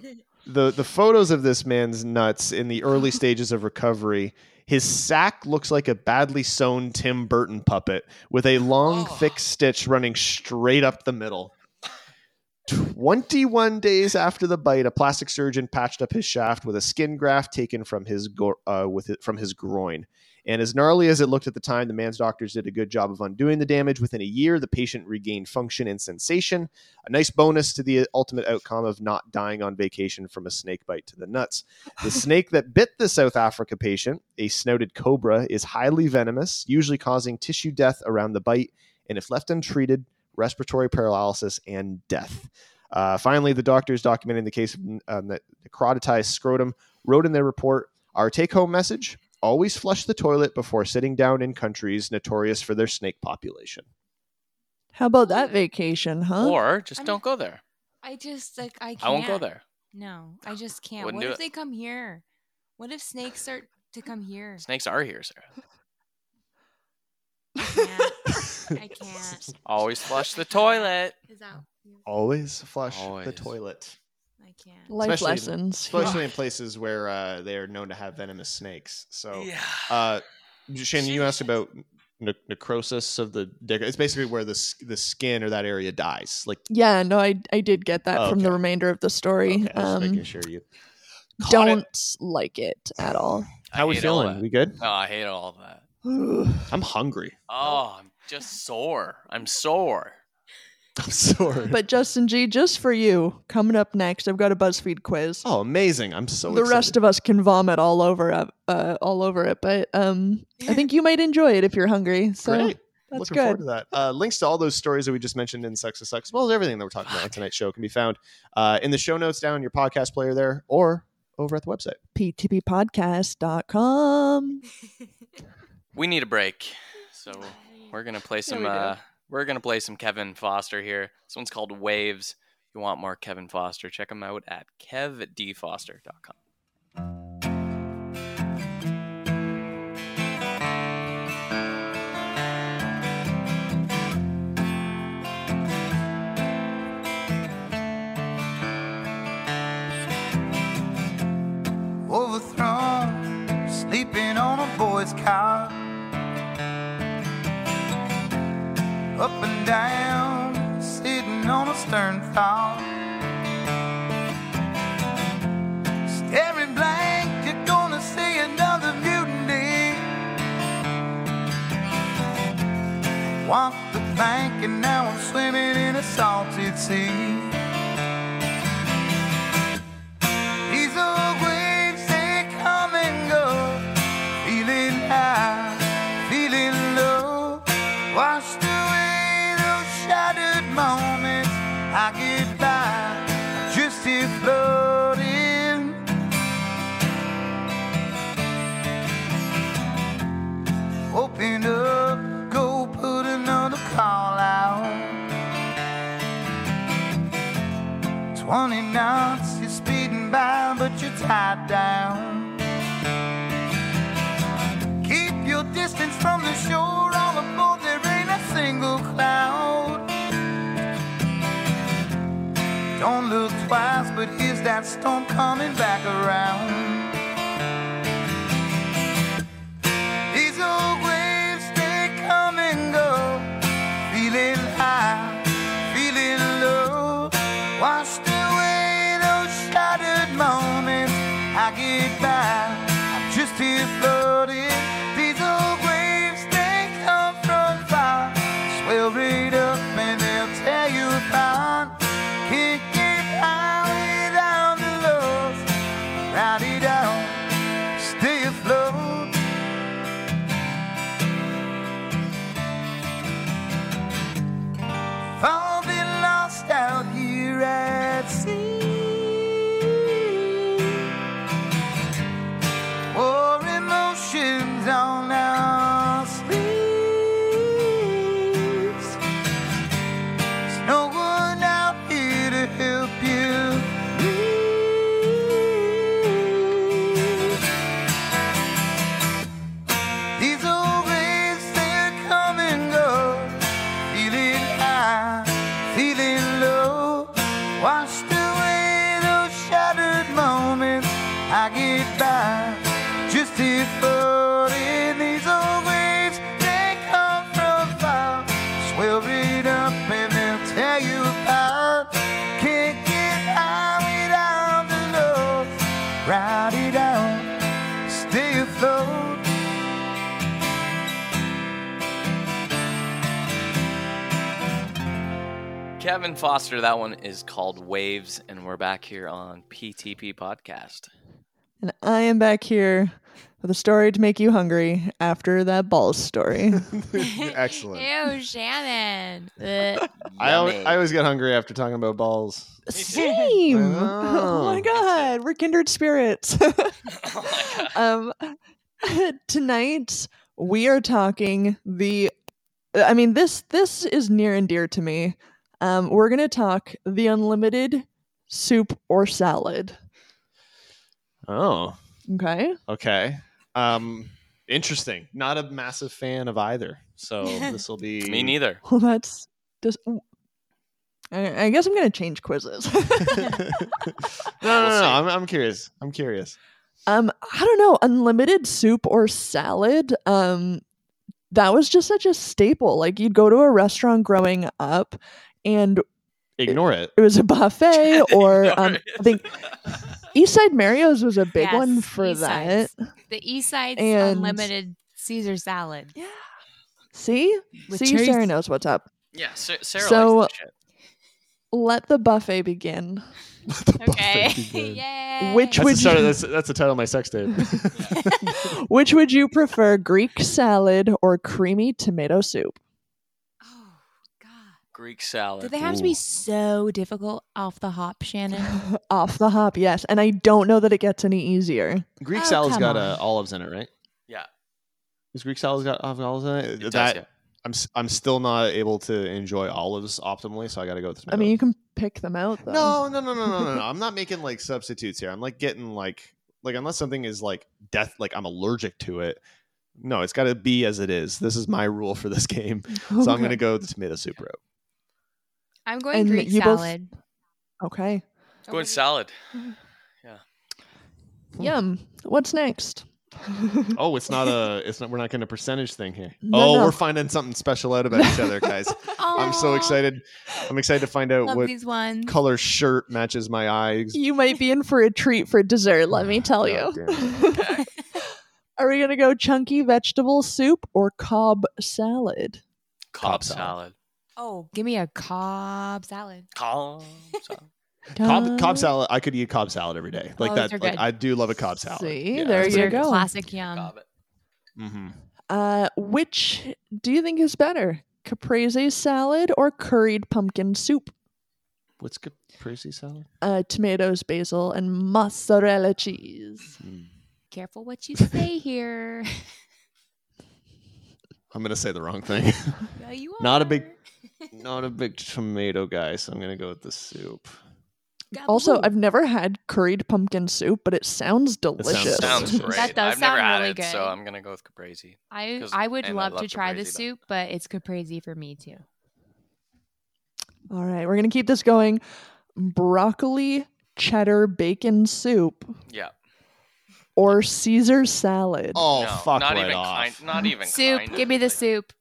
S1: the the photos of this man's nuts in the early stages of recovery. His sack looks like a badly sewn Tim Burton puppet with a long,
S3: Oh.
S1: thick stitch running straight up the middle. 21 days after the bite, a plastic surgeon patched up his shaft with a skin graft taken from his go- uh, with it, from his groin. And as gnarly as it looked at the time, the man's doctors did a good job of undoing the damage. Within a year, the patient regained function and sensation. A nice bonus to the ultimate outcome of not dying on vacation from a snake bite to the nuts. The snake that bit the South Africa patient, a snouted cobra, is highly venomous, usually causing tissue death around the bite, and if left untreated, respiratory paralysis and death. Uh, finally, the doctors documenting the case of um, the necrotized scrotum wrote in their report Our take home message always flush the toilet before sitting down in countries notorious for their snake population.
S2: How about that vacation, huh?
S3: Or just
S4: I'm-
S3: don't go there.
S4: I just like I can't.
S3: I won't go there.
S4: No, I just can't.
S3: Wouldn't
S4: what
S3: do
S4: if
S3: it.
S4: they come here? What if snakes start to come here?
S3: Snakes are here, Sarah.
S4: I can't. I can't.
S3: Always flush the toilet.
S4: Is that?
S1: Always flush the
S3: Always.
S1: toilet,
S4: I can't.
S2: Life
S1: Especially-
S2: lessons.
S1: especially in places where uh, they are known to have venomous snakes. So,
S3: Yeah.
S1: uh, Shannon, you asked about ne- necrosis of the. dick. It's basically where the s- the skin or that area dies. Like,
S2: yeah, no, I I did get that
S1: Oh,
S2: from the
S1: okay.
S2: remainder of the story.
S1: okay, I was just making
S2: um,
S1: sure you. Caught it.
S2: don't like it at all.
S1: How we
S3: hate all
S1: feeling?
S3: that.
S1: We good?
S3: Oh, I hate all that.
S1: I'm hungry.
S3: Oh, I'm just sore. I'm sore.
S1: I'm sorry.
S2: but Justin G, just for you, coming up next, I've got a BuzzFeed quiz.
S1: oh, amazing! I'm so. uh,
S2: the rest of us can vomit all over it, uh, all over it, but um, I think you might enjoy it if you're hungry. So
S1: Great.
S2: that's
S1: Looking forward
S2: good.
S1: to that. Uh, links to all those stories that we just mentioned in Sex is Sex, as well as everything that we're talking about on tonight's show, can be found uh, in the show notes down in your podcast player there or over at the website.
S2: ptppodcast.com.
S3: We need a break. So we're gonna play some
S2: we do.
S3: uh we're gonna play some Kevin Foster here. This one's called Waves. If you want more Kevin Foster, check him out at kevdfoster.com.
S7: overthrown, sleeping on a boy's couch. Up and down, sitting on a stern thought. Staring blank, you're gonna see another mutiny. Walk the plank, and now I'm swimming in a salted sea. These old waves they come and go. Feeling high, feeling low. Washed away those shattered moments. I get by, just here floating. Open up, go put another call out. 20 knots, you're speeding by, but you're tied down. Keep your distance from the shore, all aboard, there ain't a single cloud. Don't look twice, but here's that storm coming back around. These old waves, they come and go. Feeling high, feeling low. Washed away those shattered moments. I get by, I'm just here floating. These old waves, they come from far. Swell right up and they'll tear you apart. Can't get high without the lows. Ride it out, stay afloat. I'll be lost out here at sea. War emotions
S3: Kevin Foster. That one is called Waves, and we're back here on PTP Podcast.
S2: And I am back here with a story to make you hungry after that balls story.
S1: Excellent.
S4: Ew, Shannon. Ugh.
S1: I always,
S3: Yummy.
S1: I always get hungry after talking about balls.
S2: Same.
S1: Oh.
S2: Oh my god, we're kindred spirits.
S3: Oh my God.
S2: um tonight we are talking the I mean this this is near and dear to me. Um we're going to talk the unlimited soup or salad.
S1: Oh,
S2: Okay?
S1: okay. Um, interesting. Not a massive fan of either, so this will be
S3: Me neither.
S2: Well, that's just. I, I guess I'm gonna change quizzes.
S1: no, no, no, no. I'm, I'm curious. I'm curious.
S2: um, I don't know, unlimited soup or salad. Um, that was just such a staple. Like you'd go to a restaurant growing up, and
S1: Ignore it.
S2: it was a buffet or um,
S3: Ignore
S2: I think Eastside Mario's was a big
S4: Yes,
S2: one for
S4: East
S2: that.
S4: Sides. The East Side's
S2: And-
S4: unlimited Caesar salad.
S2: Yeah. See,
S4: With
S2: see,
S4: cherries.
S2: Sarah knows what's up.
S3: Yeah, Sa- Sarah
S2: So-
S3: likes that shit.
S2: Let the buffet begin.
S4: Okay.
S1: yeah.
S4: Yay.
S2: Which
S1: That's
S2: would
S1: the,
S2: you-
S1: start of this, that's the title of my sex tape.
S4: Oh,
S2: Which would you prefer, Greek salad or creamy tomato soup?
S4: Oh God.
S3: Greek salad.
S4: Did they have to
S1: Ooh.
S4: be so difficult off the hop, Shannon?
S2: Off the hop, yes. And I don't know that it gets any easier.
S1: Greek
S4: Oh,
S1: salad's
S4: come
S1: got
S4: on.
S1: uh, olives in it, right?
S3: Yeah.
S1: Is Greek salad's got olives in it?
S3: It does,
S1: that
S3: yeah.
S1: I'm s- I'm still not able to enjoy olives optimally, so I got to go with the
S2: I mean, you can pick them out though.
S1: No, no, no, no, no, no, no. I'm not making like substitutes here. I'm like getting like like unless something is like death, like I'm allergic to it. No, it's got to be as it is. This is my rule for this game. So I'm gonna go with the tomato soup route.
S4: I'm going
S2: And
S4: Greek
S2: you both-
S4: salad.
S2: Okay.
S3: Going salad.
S2: Yum. What's next?
S1: Oh, it's not a. It's not. We're not getting a percentage thing here.
S2: No,
S1: oh,
S2: no.
S1: we're finding something special out about each other, guys. I'm so
S4: Aw,
S1: excited. I'm excited to find out
S4: Love
S1: what
S4: these ones.
S1: color shirt matches my eyes.
S2: You might be in for a treat for dessert, let me tell you.
S1: God
S2: Are we going to go chunky vegetable soup or cob salad?
S3: Cobb
S1: Cobb salad.
S3: salad.
S4: oh, give me a Cobb salad.
S3: Cobb salad.
S1: Cob, cob salad. I could eat cob salad every day. Like
S4: Oh,
S1: that.
S4: those are
S1: Like
S4: good.
S1: I do love a cob salad.
S2: See? There
S1: that's
S2: you
S1: pretty
S4: Your
S1: good.
S2: go.
S4: Classic yum.
S3: Cobb it.
S1: Mhm.
S2: Uh, which do you think is better, caprese salad or curried pumpkin soup?
S1: What's caprese salad?
S2: Uh, tomatoes, basil, and mozzarella cheese.
S1: Hmm.
S4: Careful what you say here.
S1: I'm gonna say the wrong thing.
S4: No, you are.
S1: Not a big- Not a big tomato guy, so I'm gonna go with the soup.
S2: Also,
S4: Gaboo.
S2: I've never had curried pumpkin soup, but it sounds
S1: sounds
S2: delicious.
S3: Sounds
S1: Delicious.
S3: great.
S4: That does
S3: I've never
S4: sound
S3: had
S4: really
S3: it,
S4: good.
S3: so I'm gonna go with caprese.
S4: I
S3: 'Cause-
S4: I would
S3: and I
S4: love,
S3: love
S4: to try the
S3: caprese, but-
S4: soup, but it's caprese for me too.
S2: All right, we're gonna keep this going. Broccoli cheddar bacon soup
S3: Yeah.
S2: or Caesar salad.
S1: Oh
S3: No,
S1: fuck
S3: Not
S1: right
S3: even
S1: off.
S3: kind. Not even
S4: Soup,
S3: kind
S4: give
S3: of,
S4: me the
S3: like-
S4: soup.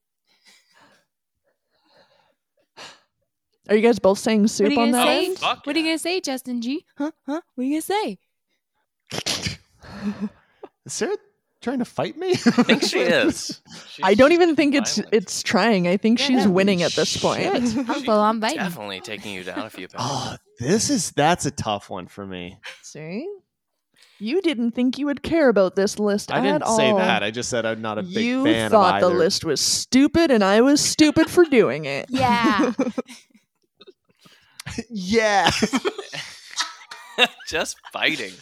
S2: Are you guys both saying soup
S4: you
S2: on
S4: gonna
S2: that
S4: say?
S2: end?
S3: Fuck
S4: What are you gonna say, Justin G? Huh? Huh? What are you gonna say?
S1: Is Sarah trying to fight me?
S3: I think she is. She's-
S2: I don't even
S3: she's
S2: think it's
S3: violent.
S2: it's trying. I think
S4: Yeah,
S2: she's
S4: no.
S2: winning at this point.
S4: I'm
S3: She's
S4: full on biting.
S3: Definitely taking you down a few pounds.
S1: Oh, this is that's a tough one for me.
S2: See? You didn't think you would care about this list
S1: I
S2: at
S1: didn't
S2: all.
S1: say that. I just said I'm not a big
S2: you
S1: fan
S2: thought
S1: of
S2: the
S1: either.
S2: list was stupid and I was stupid for doing it.
S4: Yeah.
S1: yeah.
S3: Just biting.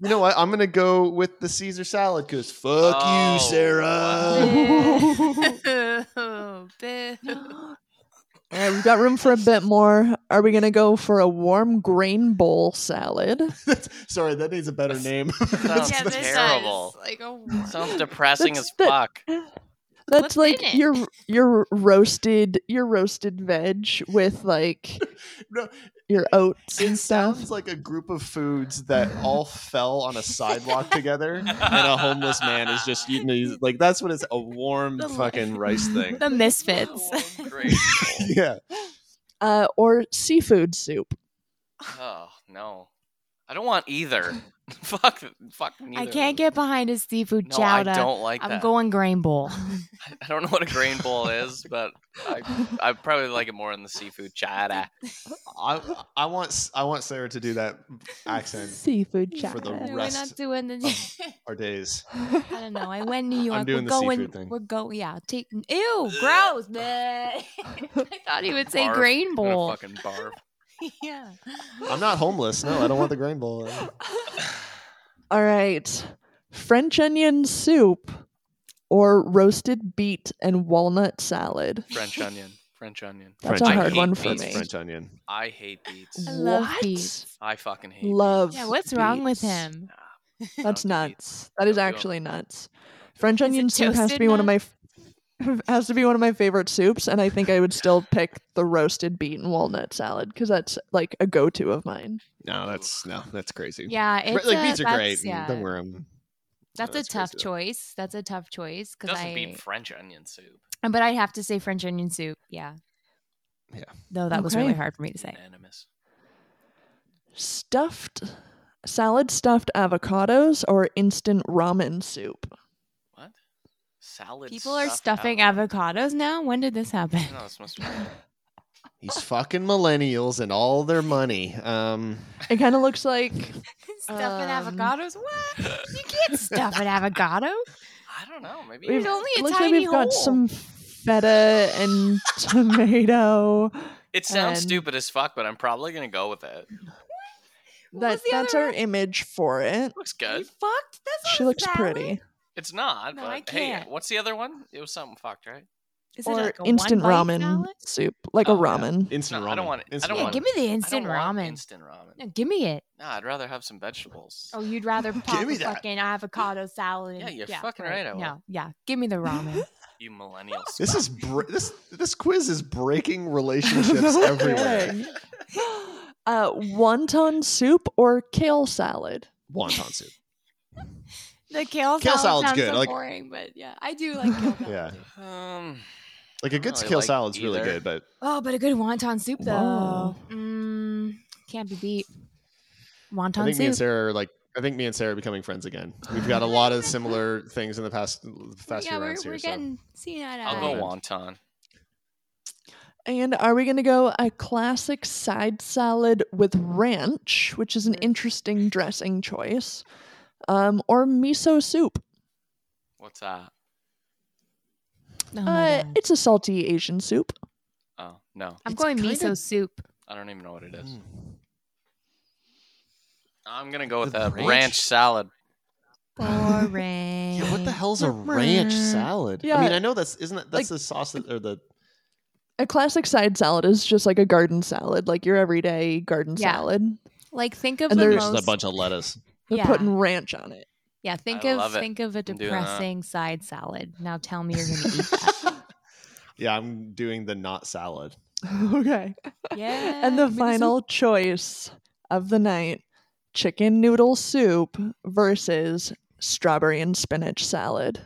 S1: You know what? I'm gonna go with the Caesar salad because fuck
S3: Oh,
S1: you, Sarah.
S4: Boo. Boo.
S2: All right, we've got room for a bit more. Are we going to go for a warm grain bowl salad?
S1: That's, sorry, that needs a better name.
S3: Sounds
S4: Yeah, this is
S3: terrible.
S4: Like a
S3: Sounds depressing
S2: That's
S3: as
S2: the-
S3: fuck.
S2: That's
S4: What's in
S2: like
S4: it?
S2: your your roasted your roasted veg with like
S1: No,
S2: your oats
S1: it
S2: and stuff.
S1: sounds like a group of foods that all fell on a sidewalk together, and a homeless man is just eating these. Like that's what it's a warm
S4: The-
S1: fucking rice thing.
S4: the misfits.
S3: Oh, great.
S1: Yeah,
S2: Uh, or seafood soup.
S3: Oh no, I don't want either. fuck, fuck. neither
S4: I
S3: of
S4: can't
S3: them.
S4: get behind a seafood
S3: No,
S4: chowder.
S3: I don't like
S4: I'm
S3: that.
S4: going grain bowl.
S3: I- I don't know what a grain bowl is, but I, I probably like it more than the seafood chowder.
S1: I I want S- I want Sarah to do that accent
S2: Seafood
S1: For the
S2: chowder.
S4: We're
S1: rest
S4: not doing the.
S1: our days.
S4: I don't know. I went to New York.
S1: doing
S4: we're
S1: the
S4: going.
S1: seafood thing.
S4: We're going. Yeah. Take. Ew. Gross. bleh. I thought he would say
S3: Barf.
S4: grain
S3: I'm gonna
S4: bowl.
S3: Fucking barf.
S4: yeah.
S1: I'm not homeless. No, I don't want the grain bowl.
S2: All right. French onion soup or roasted beet and walnut salad.
S3: French onion. French onion.
S2: That's
S1: French
S2: a hard
S1: onion.
S2: one for
S3: That's
S2: me.
S1: French onion.
S3: I hate beets.
S4: I love
S2: What?
S4: beets.
S3: I fucking hate.
S2: Love.
S4: Yeah. What's wrong with
S2: beets.
S4: him?
S2: That's
S3: Don't do beets.
S2: nuts. That is
S3: Don't do 'em.
S2: actually nuts. French
S4: it
S2: onion soup has to
S4: toasted
S2: be one of my f- has to be one of my favorite soups, and I think I would still pick the roasted beet and walnut salad because that's like a go-to of mine.
S1: No, that's no, that's crazy.
S4: Yeah.
S1: Fr-
S4: It's
S1: like
S4: a-
S1: beets are
S4: that's-
S1: great.
S4: Yeah.
S1: Don't wear them.
S4: That's a tough choice. That's a tough choice
S3: It
S4: because
S3: doesn't
S4: I.
S3: beat French onion soup.
S4: But I'd have to say French onion soup. Yeah.
S1: Yeah.
S4: Though that was
S2: Okay.
S4: really hard for me to say.
S3: Unanimous.
S2: Stuffed salad, stuffed avocados, or instant ramen soup.
S3: What? Salad.
S4: People are
S3: stuffed
S4: stuffing
S3: avocado.
S4: avocados now. When did this happen?
S3: No, this must be. I
S1: These fucking millennials and all their money. Um,
S2: It kind of looks like
S4: Stuffing
S2: Um,
S4: avocados? What? You can't stuff an avocado.
S3: don't know. Maybe
S2: We've-
S4: There's only a
S2: it looks
S4: tiny
S2: like we've
S4: hole.
S2: got some feta and tomato.
S3: it sounds
S2: and-
S3: stupid as fuck, but I'm probably gonna go with it.
S4: What was
S2: That
S4: the
S2: that's
S4: other
S2: our
S4: one?
S2: image for it.
S3: Looks
S4: You
S3: good.
S4: fucked. That's not
S2: She
S4: a
S2: looks
S4: salad.
S2: pretty.
S3: It's not.
S4: No,
S3: but
S4: I
S3: hey,
S4: can't.
S3: what's the other one? It was something fucked, right?
S4: Is it
S2: Or
S4: like a
S2: instant
S4: one-bite
S2: ramen
S4: salad?
S2: soup, like
S3: Oh,
S2: a
S3: yeah.
S2: ramen.
S1: instant
S3: No,
S1: ramen.
S3: I don't want it. I
S1: Instant
S3: don't
S4: Yeah,
S3: want
S1: ramen.
S4: give me the
S3: I don't
S4: instant
S3: want
S4: ramen.
S3: Instant ramen.
S4: no, give me it.
S3: Nah, I'd rather have some vegetables.
S4: Oh, you'd rather pop
S1: me
S4: a
S1: that.
S4: fucking avocado salad?
S3: Yeah,
S4: and-
S3: you're fucking right, I will.
S4: No, yeah, give me the ramen.
S3: You millennials.
S1: This is br- this this quiz is breaking relationships everywhere.
S2: Dang. uh, wonton soup or kale salad?
S1: Wonton soup.
S4: the
S1: Kale
S4: kale, salad
S1: salad's
S4: sounds
S1: good,
S4: so
S1: like-
S4: boring, but yeah, I do like kale salad.
S1: Yeah.
S4: too.
S3: Um,
S1: Like a
S3: don't
S1: good
S3: really
S1: kale
S3: like
S1: salad's really
S3: either.
S1: good, but
S4: Oh, but a good wonton soup though. Mm, can't be beat.
S1: I
S4: Wonton
S1: think me and
S4: soup.
S1: Sarah are like I think me and Sarah are becoming friends again. We've got a lot of similar things in the past fast
S4: yeah,
S1: few
S4: we're,
S1: rounds
S4: we're
S1: here.
S4: getting seen eye to
S3: I'll
S4: eye.
S3: go wonton.
S2: And are we going to go a classic side salad with ranch, which is an interesting dressing choice, um, or miso soup?
S3: What's that?
S4: Oh my
S2: Uh,
S4: God.
S2: it's a salty Asian soup.
S3: Oh no,
S4: I'm
S1: it's
S4: going
S1: kinda- Mm.
S4: miso soup.
S3: I don't even know what it
S1: so.
S3: is. I'm gonna go with
S1: The
S3: a
S1: ranch?
S3: ranch, salad.
S4: Boring.
S1: Yeah, what the hell's a ranch salad? I
S2: Yeah.
S1: mean, I know that's isn't that, that's the
S2: Like-
S1: sauce that, or the
S2: A classic side salad is just like a garden salad, like your everyday garden
S4: Yeah.
S2: salad.
S4: Like think of
S2: And
S4: the
S2: there's
S4: most.
S1: of lettuce.
S2: They're
S4: yeah,
S2: putting ranch on it.
S4: yeah. Think
S3: I
S4: of
S3: love it.
S4: think of a
S3: doing that.
S4: depressing side salad. Now tell me you're gonna eat that.
S1: Yeah, I'm doing the not salad.
S2: okay.
S4: yeah.
S2: And the
S4: miso
S2: final choice of the night chicken noodle soup versus strawberry and spinach salad.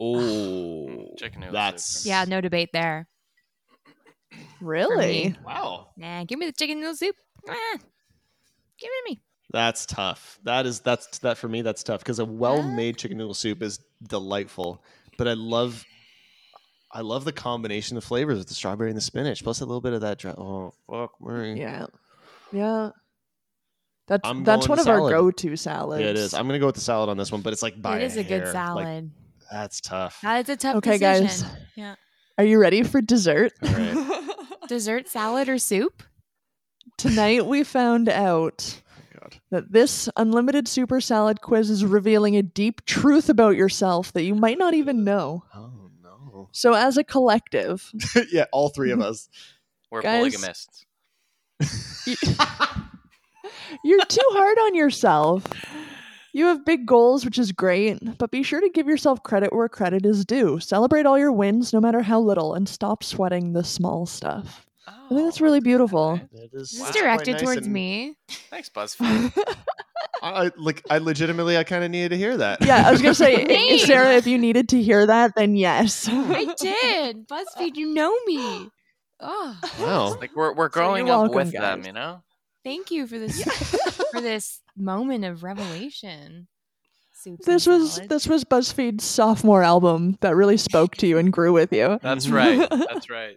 S1: Oh,
S3: Chicken noodle
S1: That's
S3: soup.
S4: soup. Yeah, no debate there.
S2: Really?
S1: wow.
S4: Nah, give me the chicken noodle soup. Ah, give it to me.
S1: That's tough. That is that's that for me. That's tough because a well-made chicken noodle soup is delightful. But I love, I love the combination of flavors with the strawberry and the spinach, plus a little bit of that. Dry, oh fuck, Murray.
S2: Yeah. Yeah. That's
S1: I'm
S2: that's
S1: going
S2: one of our
S1: salad.
S2: go-to
S1: Yeah,
S2: salads.
S1: it is. I'm gonna go with the salad on this one, but it's like by
S4: it is a
S1: hair.
S4: good
S1: Like,
S4: salad.
S1: that's tough.
S4: That is a tough
S2: okay,
S4: decision.
S2: guys.
S4: Yeah.
S2: Are you ready for dessert?
S1: All right.
S4: Dessert salad or soup?
S2: Tonight we found out
S1: God.
S2: that this unlimited super salad quiz is revealing a deep truth about yourself that you might not even know.
S1: Oh no.
S2: So as a collective,
S1: yeah, all three of us.
S3: We're
S2: Guys.
S3: polygamists.
S2: You're too hard on yourself. You have big goals, which is great, but be sure to give yourself credit where credit is due. Celebrate all your wins, no matter how little, and stop sweating the small stuff.
S3: Oh,
S2: I think that's really beautiful.
S3: alright.
S1: That is
S4: Is
S3: Wow.
S4: this
S1: quite
S4: directed
S1: nice
S4: towards
S1: and-
S4: me?
S3: Thanks, BuzzFeed.
S1: I, I- like I legitimately I kind of needed to hear that.
S2: Yeah, I was gonna say,
S4: Me.
S2: Sarah, if you needed to hear that, then yes.
S4: I did. BuzzFeed, you know me. Oh.
S1: Wow.
S3: like we're we're growing
S2: you're
S3: up
S2: welcome,
S3: with them,
S2: guys.
S3: you know.
S4: Thank you for this for this moment of revelation. Soups and
S2: This was
S4: Salads.
S2: this was BuzzFeed's sophomore album that really spoke to you and grew with you.
S3: That's right. That's right.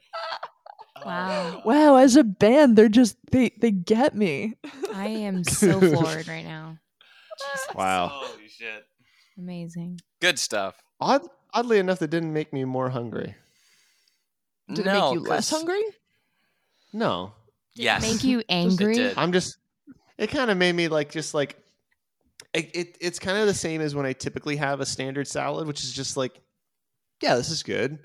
S4: Wow.
S2: Wow, as a band, they're just they they get me.
S4: I am so floored right now.
S1: Wow.
S3: Holy Oh, shit.
S4: Amazing.
S3: Good stuff.
S1: Odd, oddly enough, that didn't make me more hungry.
S2: Did it
S3: no,
S2: make you less
S3: 'cause-
S2: hungry?
S1: No,
S3: Yes.
S4: Make you
S3: it
S4: angry.
S3: did.
S1: I'm just. It kind of made me like just like. It, it it's kind of the same as when I typically have a standard salad, which is just like, yeah, this is good.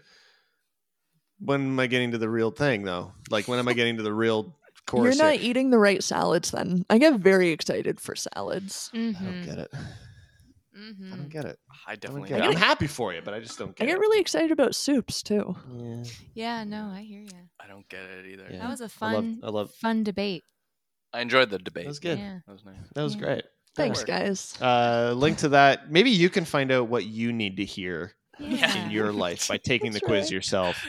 S1: When am I getting to the real thing though? Like, when am I getting to the real
S2: You're
S1: course?
S2: not
S1: here?
S2: eating the right salads then. I get very excited for salads.
S1: I don't
S4: Mm-hmm.
S1: get it. I
S4: Mm-hmm.
S1: don't get it.
S3: I
S1: I don't
S3: definitely
S1: get it.
S3: got
S1: I'm happy for you, but I just don't
S2: I
S1: get
S2: get
S1: it. Mm.
S2: really excited about soups too.
S1: Yeah.
S4: Yeah, no, I hear you.
S3: I don't get it either.
S1: Yeah.
S4: That was a
S1: I love.
S4: fun,
S1: I love.
S4: fun debate.
S3: I enjoyed the debate.
S1: That was good.
S4: Yeah.
S3: That was nice.
S1: That was
S4: Yeah.
S1: great.
S2: Thanks,
S3: work.
S2: guys.
S1: Uh, link to that. Maybe you can find out what you need to hear
S4: Yeah.
S1: in your life by taking the
S2: That's
S1: quiz
S2: right.
S1: yourself.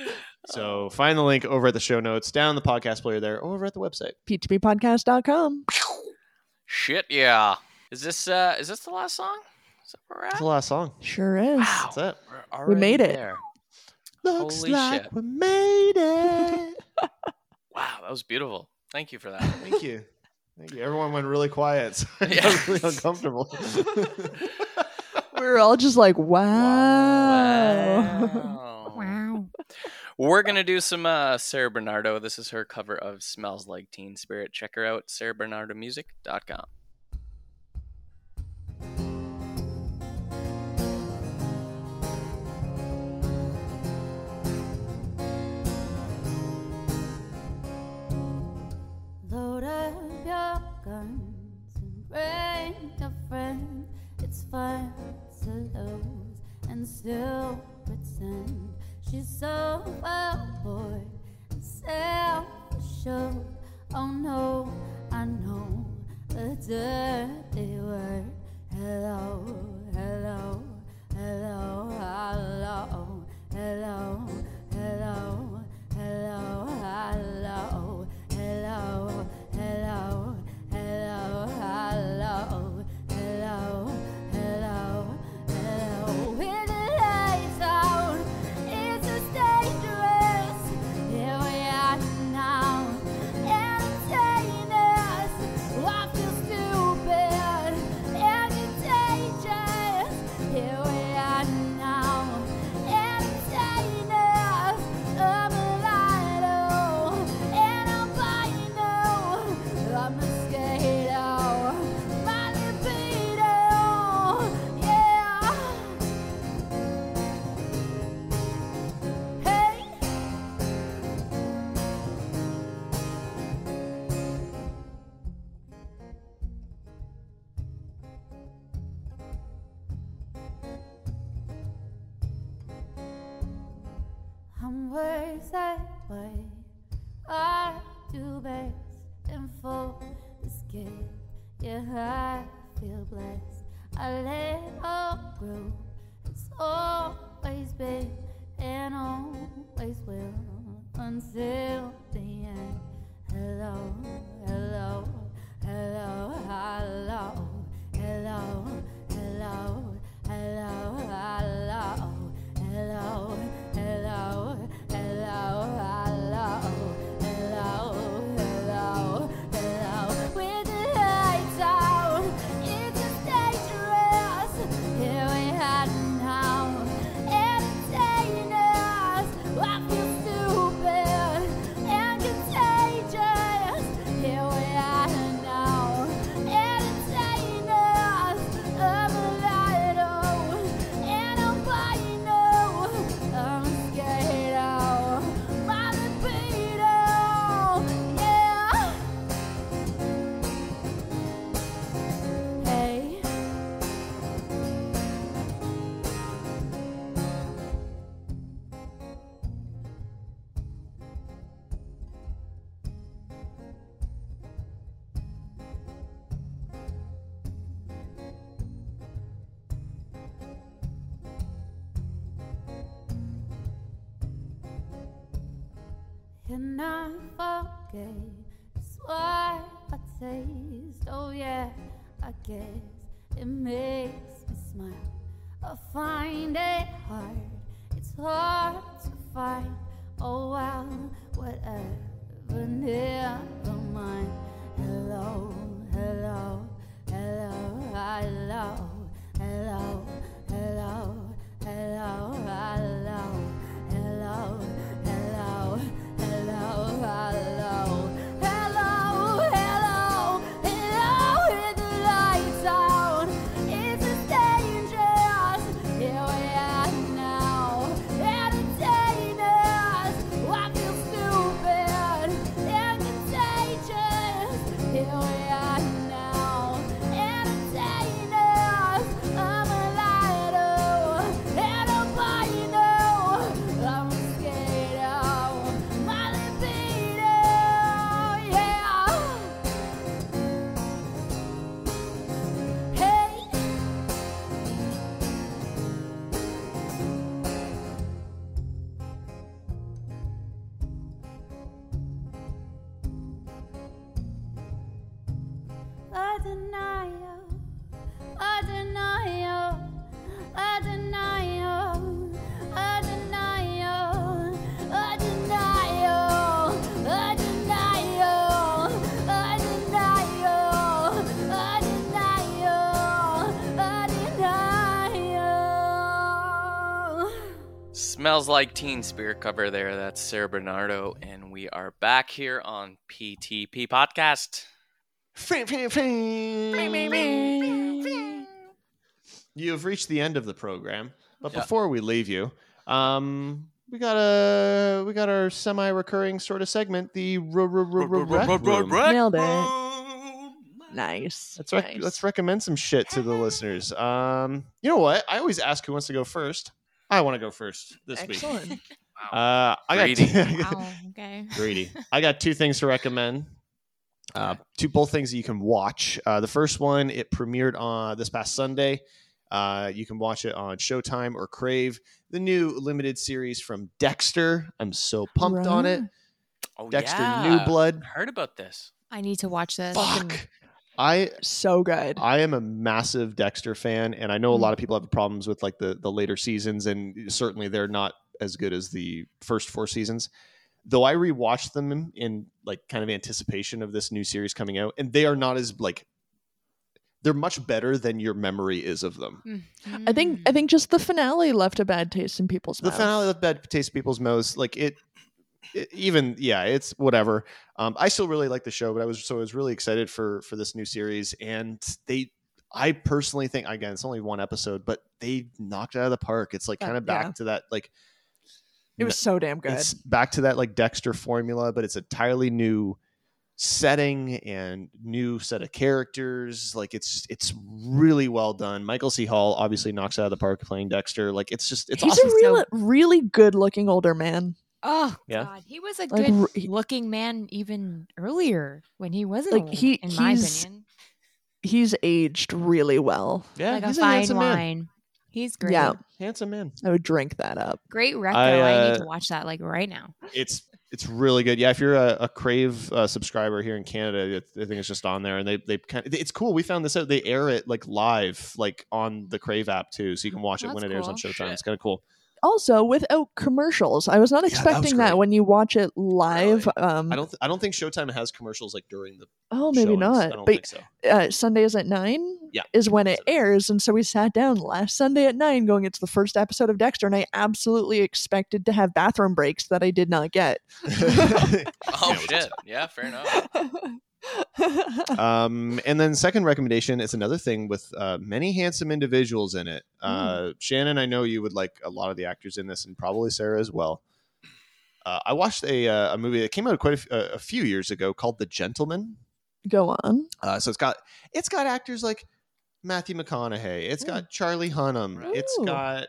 S1: So find the link over at the show notes, down the podcast player there, or over at the website.
S2: P2Ppodcast.com.
S3: Shit, yeah. Is this uh is this the last song? Is that where we're
S1: That's
S3: at?
S1: the last song.
S2: Sure is.
S3: Wow.
S1: That's it.
S3: We're
S2: We made
S3: already
S2: it.
S3: there.
S1: Looks
S3: Holy
S1: like
S3: shit.
S1: we made it.
S3: Wow, that was beautiful. Thank you for that.
S1: Thank you. Thank you. Everyone went really quiet. So I
S3: Yeah.
S1: got really uncomfortable.
S2: We're all just like, wow.
S3: Wow. We're gonna do some uh, Sarah Bernardo. This is her cover of "Smells Like Teen Spirit." Check her out, sarahbernardomusic.com.
S8: Load up your guns and bring a friend. It's fun to lose and still pretend she's so bored and self-assured. Oh no, I know a dirty word. Hello, hello, hello, hello, hello, hello, hello, hello. Hello, hello, hello, hello, hello, hello, hello. When the lights out, it's just dangerous. Here we are now, entertainers. I feel stupid and contagious. Here we are now, entertainers. I'm a lighter and I'm bino. I'm a skater, my libido, yeah. Hey. I'm worse that way. I do best and for this gift. Yeah, I feel blessed. I let up grow. It's always been and always will until the end. Hello, hello, hello, hello, hello, hello, hello, hello. Hello, hello, hello, hello, hello, hello, hello. With the lights out, it's just dangerous. Here we are now, entertainers. I feel stupid and contagious. Here we are now, entertainers. I'm a lighter and I'm bino. I'm scared out. My libido, yeah. Hey. And I forget. It's what a taste. Oh, yeah, I guess it makes me smile. I find it hard, it's hard to find. Oh, wow, whatever, never mind. Hello, hello, hello, hello, hello, hello, hello, hello, hello, hello, hello, hello. Hello, hello, hello, hit the lights out. It's a dangerous, here we are now. Entertainers, I feel stupid. They're contagious, here we are now. Entertainers, I'm a liar, and nobody knows. I'm scared of my libido, yeah. Hey, I deny you. I deny you. I deny you. I deny you. I deny you. I deny you. I deny you. I deny you. I deny you.
S3: Smells like Teen Spirit cover there. That's Sarah Bernardo, and we are back here on PTP Podcast.
S1: You've reached the end of the program, but
S3: Yeah.
S1: before we leave you, um, we got a we got our semi-recurring sort of segment, the r- r- r- r- rec room.
S2: Nailed it. Nice.
S1: Let's rec-
S2: nice.
S1: let's recommend some shit to the listeners. Um, you know what? I always ask who wants to go first. I want to go first this week.
S2: Excellent.
S1: Uh, I got
S3: Greedy.
S4: Wow. Okay.
S1: greedy. I got two things to recommend. Uh, two both things that you can watch. Uh, the first one it premiered on this past Sunday. Uh, you can watch it on Showtime or Crave. The new limited series from Dexter. I'm so pumped on it.
S3: Oh,
S1: Dexter
S3: yeah.
S1: New Blood.
S3: Heard about this.
S4: I need to watch this.
S1: Fuck. I
S2: So good. Mm-hmm.
S1: I am a massive Dexter fan, and I know a lot of people have problems with like the the later seasons, and certainly they're not as good as the first four seasons. Though I rewatched them in, in like kind of anticipation of this new series coming out, and they are not as like they're much better than your memory is of them.
S2: I think
S4: Mm-hmm.
S2: I think just the finale left a bad taste in people's
S1: The
S2: mouths.
S1: finale of Bad Taste People's Mouths, like it, it, even yeah, it's whatever. Um, I still really like the show, but I was so I was really excited for for this new series, and they, I personally think again, it's only one episode, but they knocked it out of the park. It's like
S2: Yeah,
S1: kind of back
S2: Uh, yeah.
S1: to that like
S2: it was so damn good.
S1: it's back to that like Dexter formula, but it's entirely new setting and new set of characters. Like it's it's really well done. Michael C. Hall obviously knocks it out of the park playing Dexter. Like it's just it's
S2: He's
S1: awesome.
S2: a real, really good looking older man.
S4: Oh
S1: Yeah.
S4: God, he was a
S2: Like,
S4: good
S2: r- he-
S4: looking man even earlier when he wasn't.
S2: Like,
S4: old,
S2: he-
S4: in my
S2: he's-
S4: opinion,
S2: He's aged really well.
S1: yeah,
S4: like a
S1: he's
S4: fine
S1: handsome man.
S4: wine. He's great.
S2: Yeah,
S1: Handsome man.
S2: I would drink that up.
S4: Great record.
S1: I,
S4: I,
S1: uh,
S4: need to watch that like right now.
S1: it's it's really good. Yeah, if you're a, a Crave uh, subscriber here in Canada, it, I think it's just on there, and they they kind of, it's cool. We found this out. They air it like live, like on the Crave app too, so you can watch it
S4: That's
S1: when it airs on
S4: cool.
S1: Showtime.
S3: Shit.
S1: It's kind of cool.
S2: Also, without commercials, I was not
S1: that was
S2: expecting that,
S1: great.
S2: when you watch it live.
S3: Really?
S2: Um,
S1: I don't th- I don't think Showtime has commercials like during the
S2: oh, maybe
S1: showings. I don't
S2: not.
S1: think
S2: But
S1: so.
S2: uh, Sundays at nine
S1: Yeah.
S2: is when it
S1: Sunday.
S2: airs, and so we sat down last Sunday at nine, going, "It's the first episode of Dexter," and I absolutely expected to have bathroom breaks that I did not get.
S3: Oh
S1: Yeah, it was
S3: shit! Yeah, fair enough.
S1: um, and then second recommendation is another thing with uh, many handsome individuals in it. Uh, Shannon, I know you would like a lot of the actors in this, and probably Sarah as well. Uh, I watched a, uh, a movie that came out quite a f- uh, a, a few years ago called The Gentleman.
S2: Go on.
S1: Uh, so it's got it's got actors like Matthew McConaughey. It's got Charlie Hunnam.
S3: Right.
S1: It's
S2: Ooh.
S1: got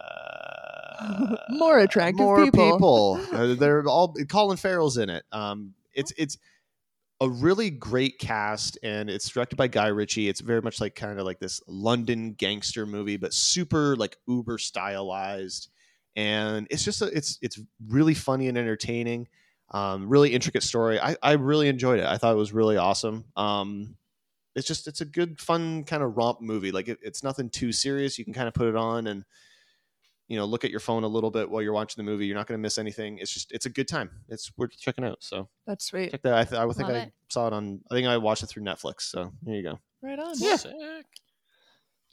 S1: uh,
S2: More attractive
S1: more
S2: people.
S1: Uh, they're all Colin Farrell's in it. Um, it's it's a really great cast, and it's directed by Guy Ritchie. It's very much like kind of like this London gangster movie, but super like uber stylized, and it's just a, it's it's really funny and entertaining. Um, really intricate story. I, I really enjoyed it. I thought it was really awesome. Um, it's just it's a good, fun kind of romp movie. Like it, it's nothing too serious. You can kind of put it on and you know look at your phone a little bit while you're watching the movie. You're not going to miss anything. It's just it's a good time. It's worth checking out. So
S2: That's sweet.
S1: check that. I, th- I think
S4: Love
S1: I
S4: it.
S1: saw it on. I think I watched it through Netflix. So there you go.
S2: Right on.
S3: Sick.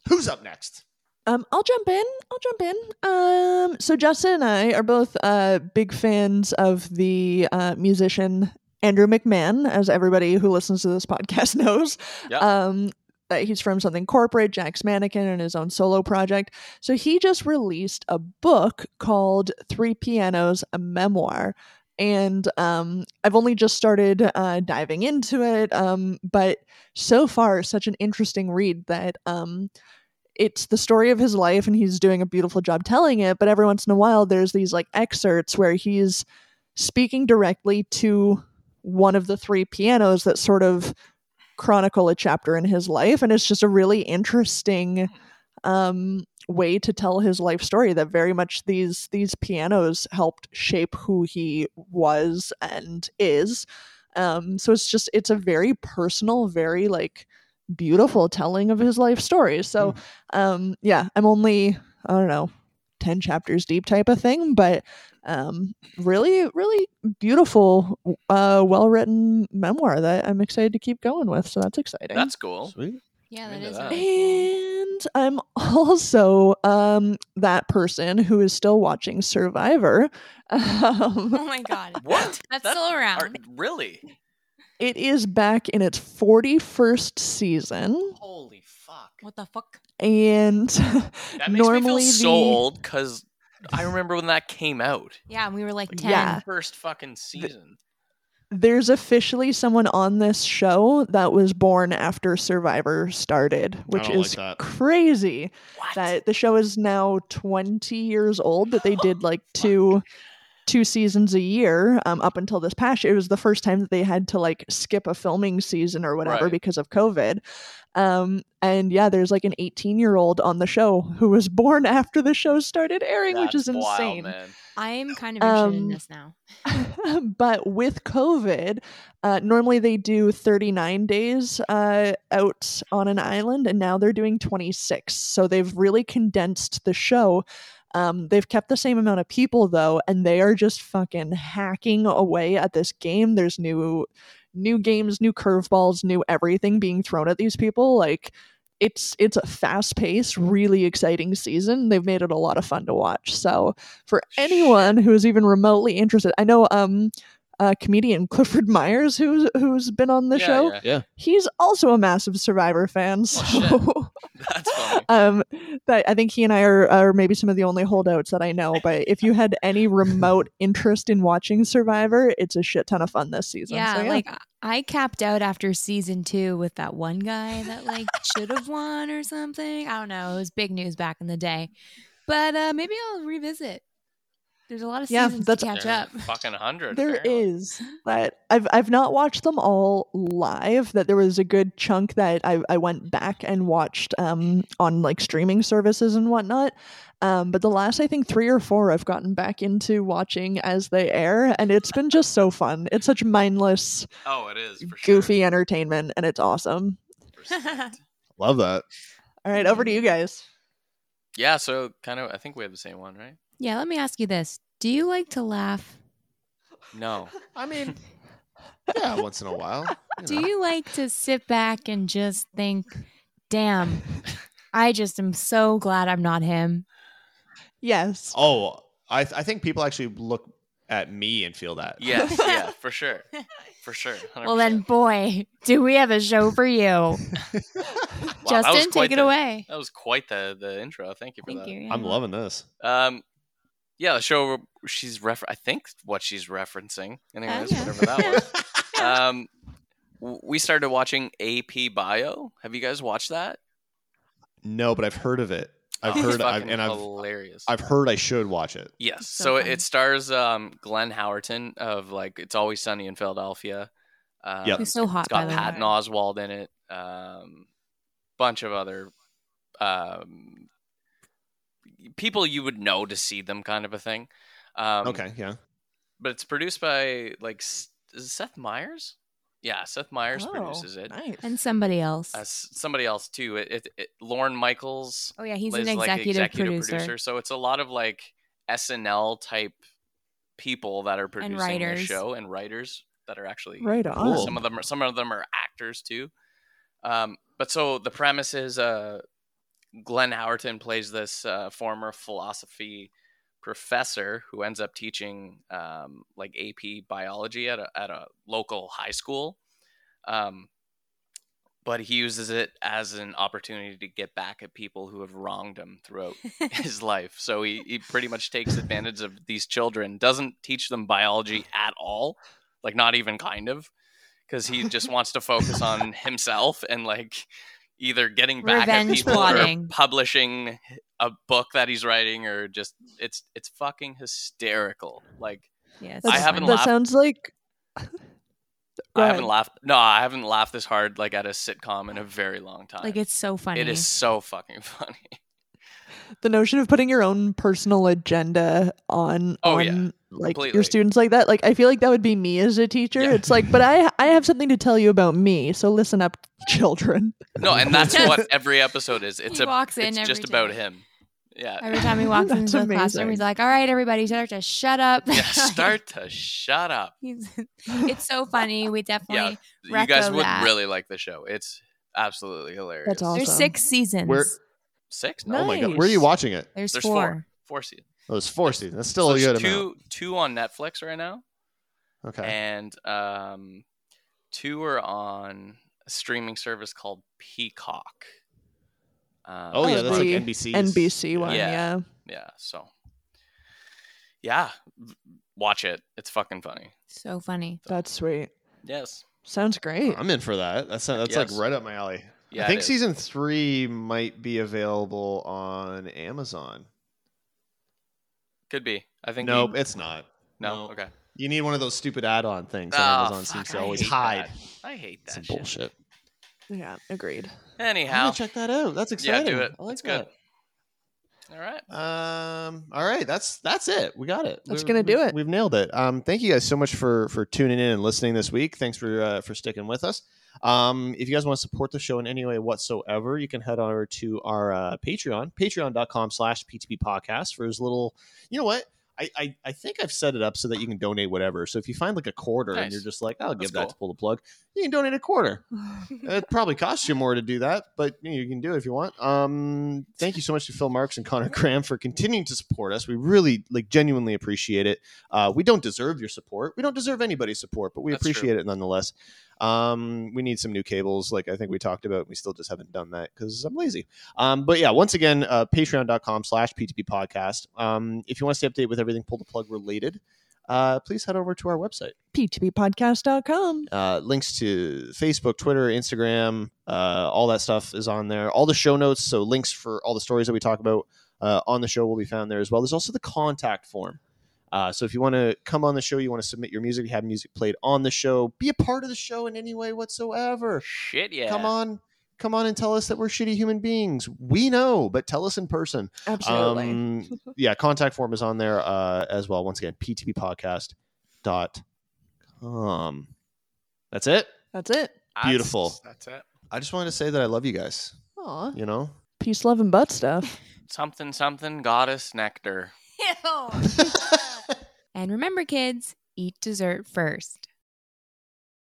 S1: Who's up next?
S2: Um, I'll jump in. I'll jump in. Um, so Justin and I are both uh, big fans of the uh, musician Andrew McMahon, as everybody who listens to this podcast knows.
S3: Yeah.
S2: Um, that he's from something corporate, Jack's Mannequin, and his own solo project. So he just released a book called Three Pianos: A Memoir. And um, I've only just started uh, diving into it, um, but so far, such an interesting read that um, it's the story of his life and he's doing a beautiful job telling it but every once in a while there's these like excerpts where he's speaking directly to one of the three pianos that sort of chronicle a chapter in his life and it's just a really interesting um way to tell his life story that very much these these pianos helped shape who he was and is um so it's just it's a very personal very like beautiful telling of his life story so um yeah i'm only i don't know 10 chapters deep type of thing but um really really beautiful uh well written memoir that i'm excited to keep going with so that's exciting
S3: That's cool.
S1: Sweet.
S4: Yeah,
S3: I'm
S4: that
S3: into
S4: is
S3: that.
S4: really cool.
S2: and i'm also um that person who is still watching survivor um
S4: Oh my god,
S3: What?
S4: that's
S3: That-
S4: still around.
S3: Are- really?
S2: it is back in its 41st season
S3: Holy fuck.
S4: What the fuck?
S2: and
S3: That makes
S2: normally
S3: me feel
S2: the-
S3: so old because I remember when that came out.
S4: Yeah, and we were like ten.
S2: Yeah.
S3: First fucking season.
S2: there's officially someone on this show that was born after Survivor started, which
S1: don't like
S2: is
S1: that.
S2: crazy.
S3: What?
S2: That the show is now 20 years old. That they did like two two seasons a year um, up until this past year. It was the first time that they had to like skip a filming season or whatever
S3: Right.
S2: because of COVID. Um, and yeah, there's like an 18 year old on the show who was born after the show started airing, which
S3: That's
S2: is
S3: wild,
S2: insane.
S3: man.
S4: I'm kind of interested in
S2: Um,
S4: this now.
S2: but with COVID, uh, normally they do 39 days uh, out on an island, and now they're doing 26. So they've really condensed the show. Um, they've kept the same amount of people though, and they are just fucking hacking away at this game. There's new, new games, new curveballs, new everything being thrown at these people. Like it's it's a fast paced, really exciting season. They've made it a lot of fun to watch. So for anyone who is even remotely interested, I know um uh, comedian Clifford Myers who's who's been on the
S3: Yeah,
S2: show.
S3: yeah. Oh,
S2: He's also a massive Survivor fan. So
S3: That's funny.
S2: um that i think he and i are, are maybe some of the only holdouts that i know but if you had any remote interest in watching survivor it's a shit ton of fun this season
S4: Yeah,
S2: so,
S4: like I- I capped out after season two with that one guy that like should have won or something. I don't know. It was big news back in the day, but uh maybe I'll revisit. There's a lot of
S2: Yeah,
S4: seasons
S2: that's-
S4: to catch
S3: There's
S4: up.
S3: Fucking hundred.
S2: there
S3: apparently.
S2: is that i've i've not watched them all live that there was a good chunk that i i
S3: Mm-hmm.
S2: went back and watched um on like streaming services and whatnot um but the last i think three or four i've gotten back into watching as they air and it's been just so fun it's such mindless
S3: Oh, it is. For sure.
S2: goofy entertainment and it's awesome
S3: Respect.
S1: Love that.
S2: All right, over to you guys.
S3: yeah. So kind of. I think we have the same one, right?
S4: Yeah, let me ask you this: Do you like to laugh?
S3: No.
S1: I mean, yeah, once in a while.
S4: Do you like to sit back and just think, "Damn, I just am so glad I'm not him."
S2: Yes.
S1: Oh, I, I think people actually look at me and feel that.
S3: Yes. Yeah. For sure. For sure. 100%.
S4: Well, then, boy, do we have a show for you,
S3: Wow, that was quite
S4: Justin? Take it
S3: the-
S4: away.
S3: That was quite the the intro. Thank you for
S4: Thank
S3: that.
S4: you.
S1: I'm loving this.
S3: Um, yeah, the show she's refer- I think what she's referencing, anyways,
S4: Oh, yeah.
S3: whatever that was. um, w- we started watching AP Bio. Have you guys watched that?
S1: No, but I've heard of it. I've
S3: Oh, it's
S1: heard, I've,
S3: fucking
S1: and I've,
S3: hilarious.
S1: I've heard I should watch it.
S3: yes,
S4: so
S3: so it-
S4: funny.
S3: it stars um Glenn Howerton of like It's Always Sunny in Philadelphia. Um,
S1: Yep.
S4: He's so hot.
S3: It's got
S4: by the
S3: Patton
S4: way.
S3: Oswald in it. Um, bunch of other um, people you would know to see them, kind of a thing. Um,
S1: okay, yeah.
S3: but it's produced by like S- is it Seth Meyers. Yeah, Seth Meyers
S2: Oh,
S3: produces it.
S2: Nice.
S4: and somebody else.
S3: Uh, s- somebody else too. It, it, it Lauren Michaels
S4: oh yeah, he's
S3: is
S4: an executive,
S3: like the executive
S4: producer,
S3: So it's a lot of like SNL type people that are producing the
S4: writers.
S3: show and writers that are actually
S2: right on.
S1: Cool.
S3: some of them are some of them are actors too. Um, but so the premise is uh, Glenn Howerton plays this uh, former philosophy professor who ends up teaching um, like AP biology at a, at a local high school. Um, but he uses it as an opportunity to get back at people who have wronged him throughout his life. So he, he pretty much takes advantage of these children, doesn't teach them biology at all, like not even kind of, because he just wants to focus on himself and like either getting back at
S4: Revenge
S3: people or
S4: plotting.
S3: publishing a book that he's writing or just it's it's fucking hysterical. Like
S4: Yes,
S3: I haven't
S2: that
S3: laughed.
S2: sounds like. Go
S3: I haven't
S2: ahead.
S3: laughed no, I haven't laughed this hard like at a sitcom in a very long time.
S4: Like it's so funny.
S3: It is so fucking funny.
S2: the notion of putting your own personal agenda on
S3: Oh,
S2: on
S3: yeah.
S2: like
S3: Completely.
S2: your students like that like i feel like that would be me as a teacher
S3: Yeah.
S2: it's like but i i have something to tell you about me so listen up children
S3: No, and that's what every episode is. It's
S4: He
S3: a,
S4: walks in
S3: it's
S4: every
S3: just
S4: day.
S3: about him. Yeah.
S4: Every time he walks
S2: That's
S4: into the classroom,
S2: amazing.
S4: he's like, "All right, everybody, start to shut up."
S3: yeah, start to shut up.
S4: He's- it's so funny. We
S3: Yeah.
S4: definitely.
S3: You guys
S4: Reco
S3: would
S4: that.
S3: really like the show. It's absolutely hilarious.
S2: That's awesome.
S4: There's six seasons.
S1: Where-
S3: Six?
S1: Oh my god,
S2: Nice.
S1: where are you watching it?
S4: There's,
S3: There's
S4: four.
S3: four. Four seasons.
S1: Oh, it's four seasons. That's still a
S3: So
S1: good
S3: there's two
S1: amount.
S3: two on Netflix right now,
S1: Okay.
S3: and um, two are on a streaming service called Peacock. Um,
S1: Oh yeah,
S2: Oh,
S1: that's like
S2: the
S1: NBC's.
S2: nbc one
S3: Yeah.
S2: yeah,
S3: yeah. So yeah, v- watch it. It's fucking funny.
S4: So funny.
S2: that's sweet
S3: Yes.
S2: sounds great
S1: I'm in for that. That's that's
S3: Yes.
S1: like right up my alley.
S3: Yeah.
S1: I
S3: it
S1: think
S3: is.
S1: season three might be available on Amazon.
S3: could be. I think
S1: Nope,
S3: we-
S1: it's not.
S3: no.
S1: no.
S3: Okay.
S1: You need one of those stupid add-on things that
S3: Ah,
S1: Amazon
S3: fuck,
S1: seems to
S3: I
S1: always
S3: hate
S1: hide.
S3: that. I hate that.
S1: Some
S3: shit.
S1: bullshit.
S2: yeah agreed
S1: I'm
S3: Anyhow,
S1: gonna check that out. That's
S3: Yeah, do
S1: exciting.
S3: it.
S1: I like
S3: It's good.
S1: that.
S3: all right.
S1: Um. All right. That's that's it. We got it.
S2: That's
S1: We're-
S2: gonna do
S1: we've-
S2: it.
S1: We've nailed it. Um. Thank you guys so much for for tuning in and listening this week. Thanks for uh, for sticking with us. Um. If you guys want to support the show in any way whatsoever, you can head over to our uh, Patreon, Patreon.com/slash PTP Podcast for as little. You know what? I, I, I think I've set it up so that you can donate whatever. So if you find like a quarter
S3: Nice.
S1: and you're just like, I'll
S3: That's
S1: give that
S3: cool.
S1: to pull the plug, you can donate a quarter it probably costs you more to do that, but you, know, you can do it if you want. Um, thank you so much to Phil Marks and Connor Graham for continuing to support us. We really, like, genuinely appreciate it. Uh, we don't deserve your support. We don't deserve anybody's support, but we
S3: That's
S1: appreciate it nonetheless. Um, we need some new cables, like I think we talked about. We still just haven't done that because I'm lazy. Um, but yeah, once again, uh, patreon.com slash PTP podcast. Um, if you want to stay updated with everything pull the plug related, uh, please head over to our website
S2: p2ppodcast.com
S1: uh, links to Facebook, Twitter, Instagram, uh, all that stuff is on there. All the show notes, so links for all the stories that we talk about uh, on the show will be found there as well. There's also the contact form. Uh, so if you want to come on the show, you want to submit your music, you have music played on the show, be a part of the show in any way whatsoever.
S3: Shit, yeah.
S1: Come on, come on and tell us that we're shitty human beings. We know, but tell us in person.
S2: absolutely
S1: Um, yeah, contact form is on there uh, as well. Once again, ptppodcast.com. That's it.
S2: that's it
S1: Beautiful.
S3: That's, that's
S1: I just wanted to say that I love you guys.
S2: Aw.
S1: You know?
S2: peace love and butt stuff
S3: it. Something, something, goddess nectar.
S4: And remember, kids, eat dessert first.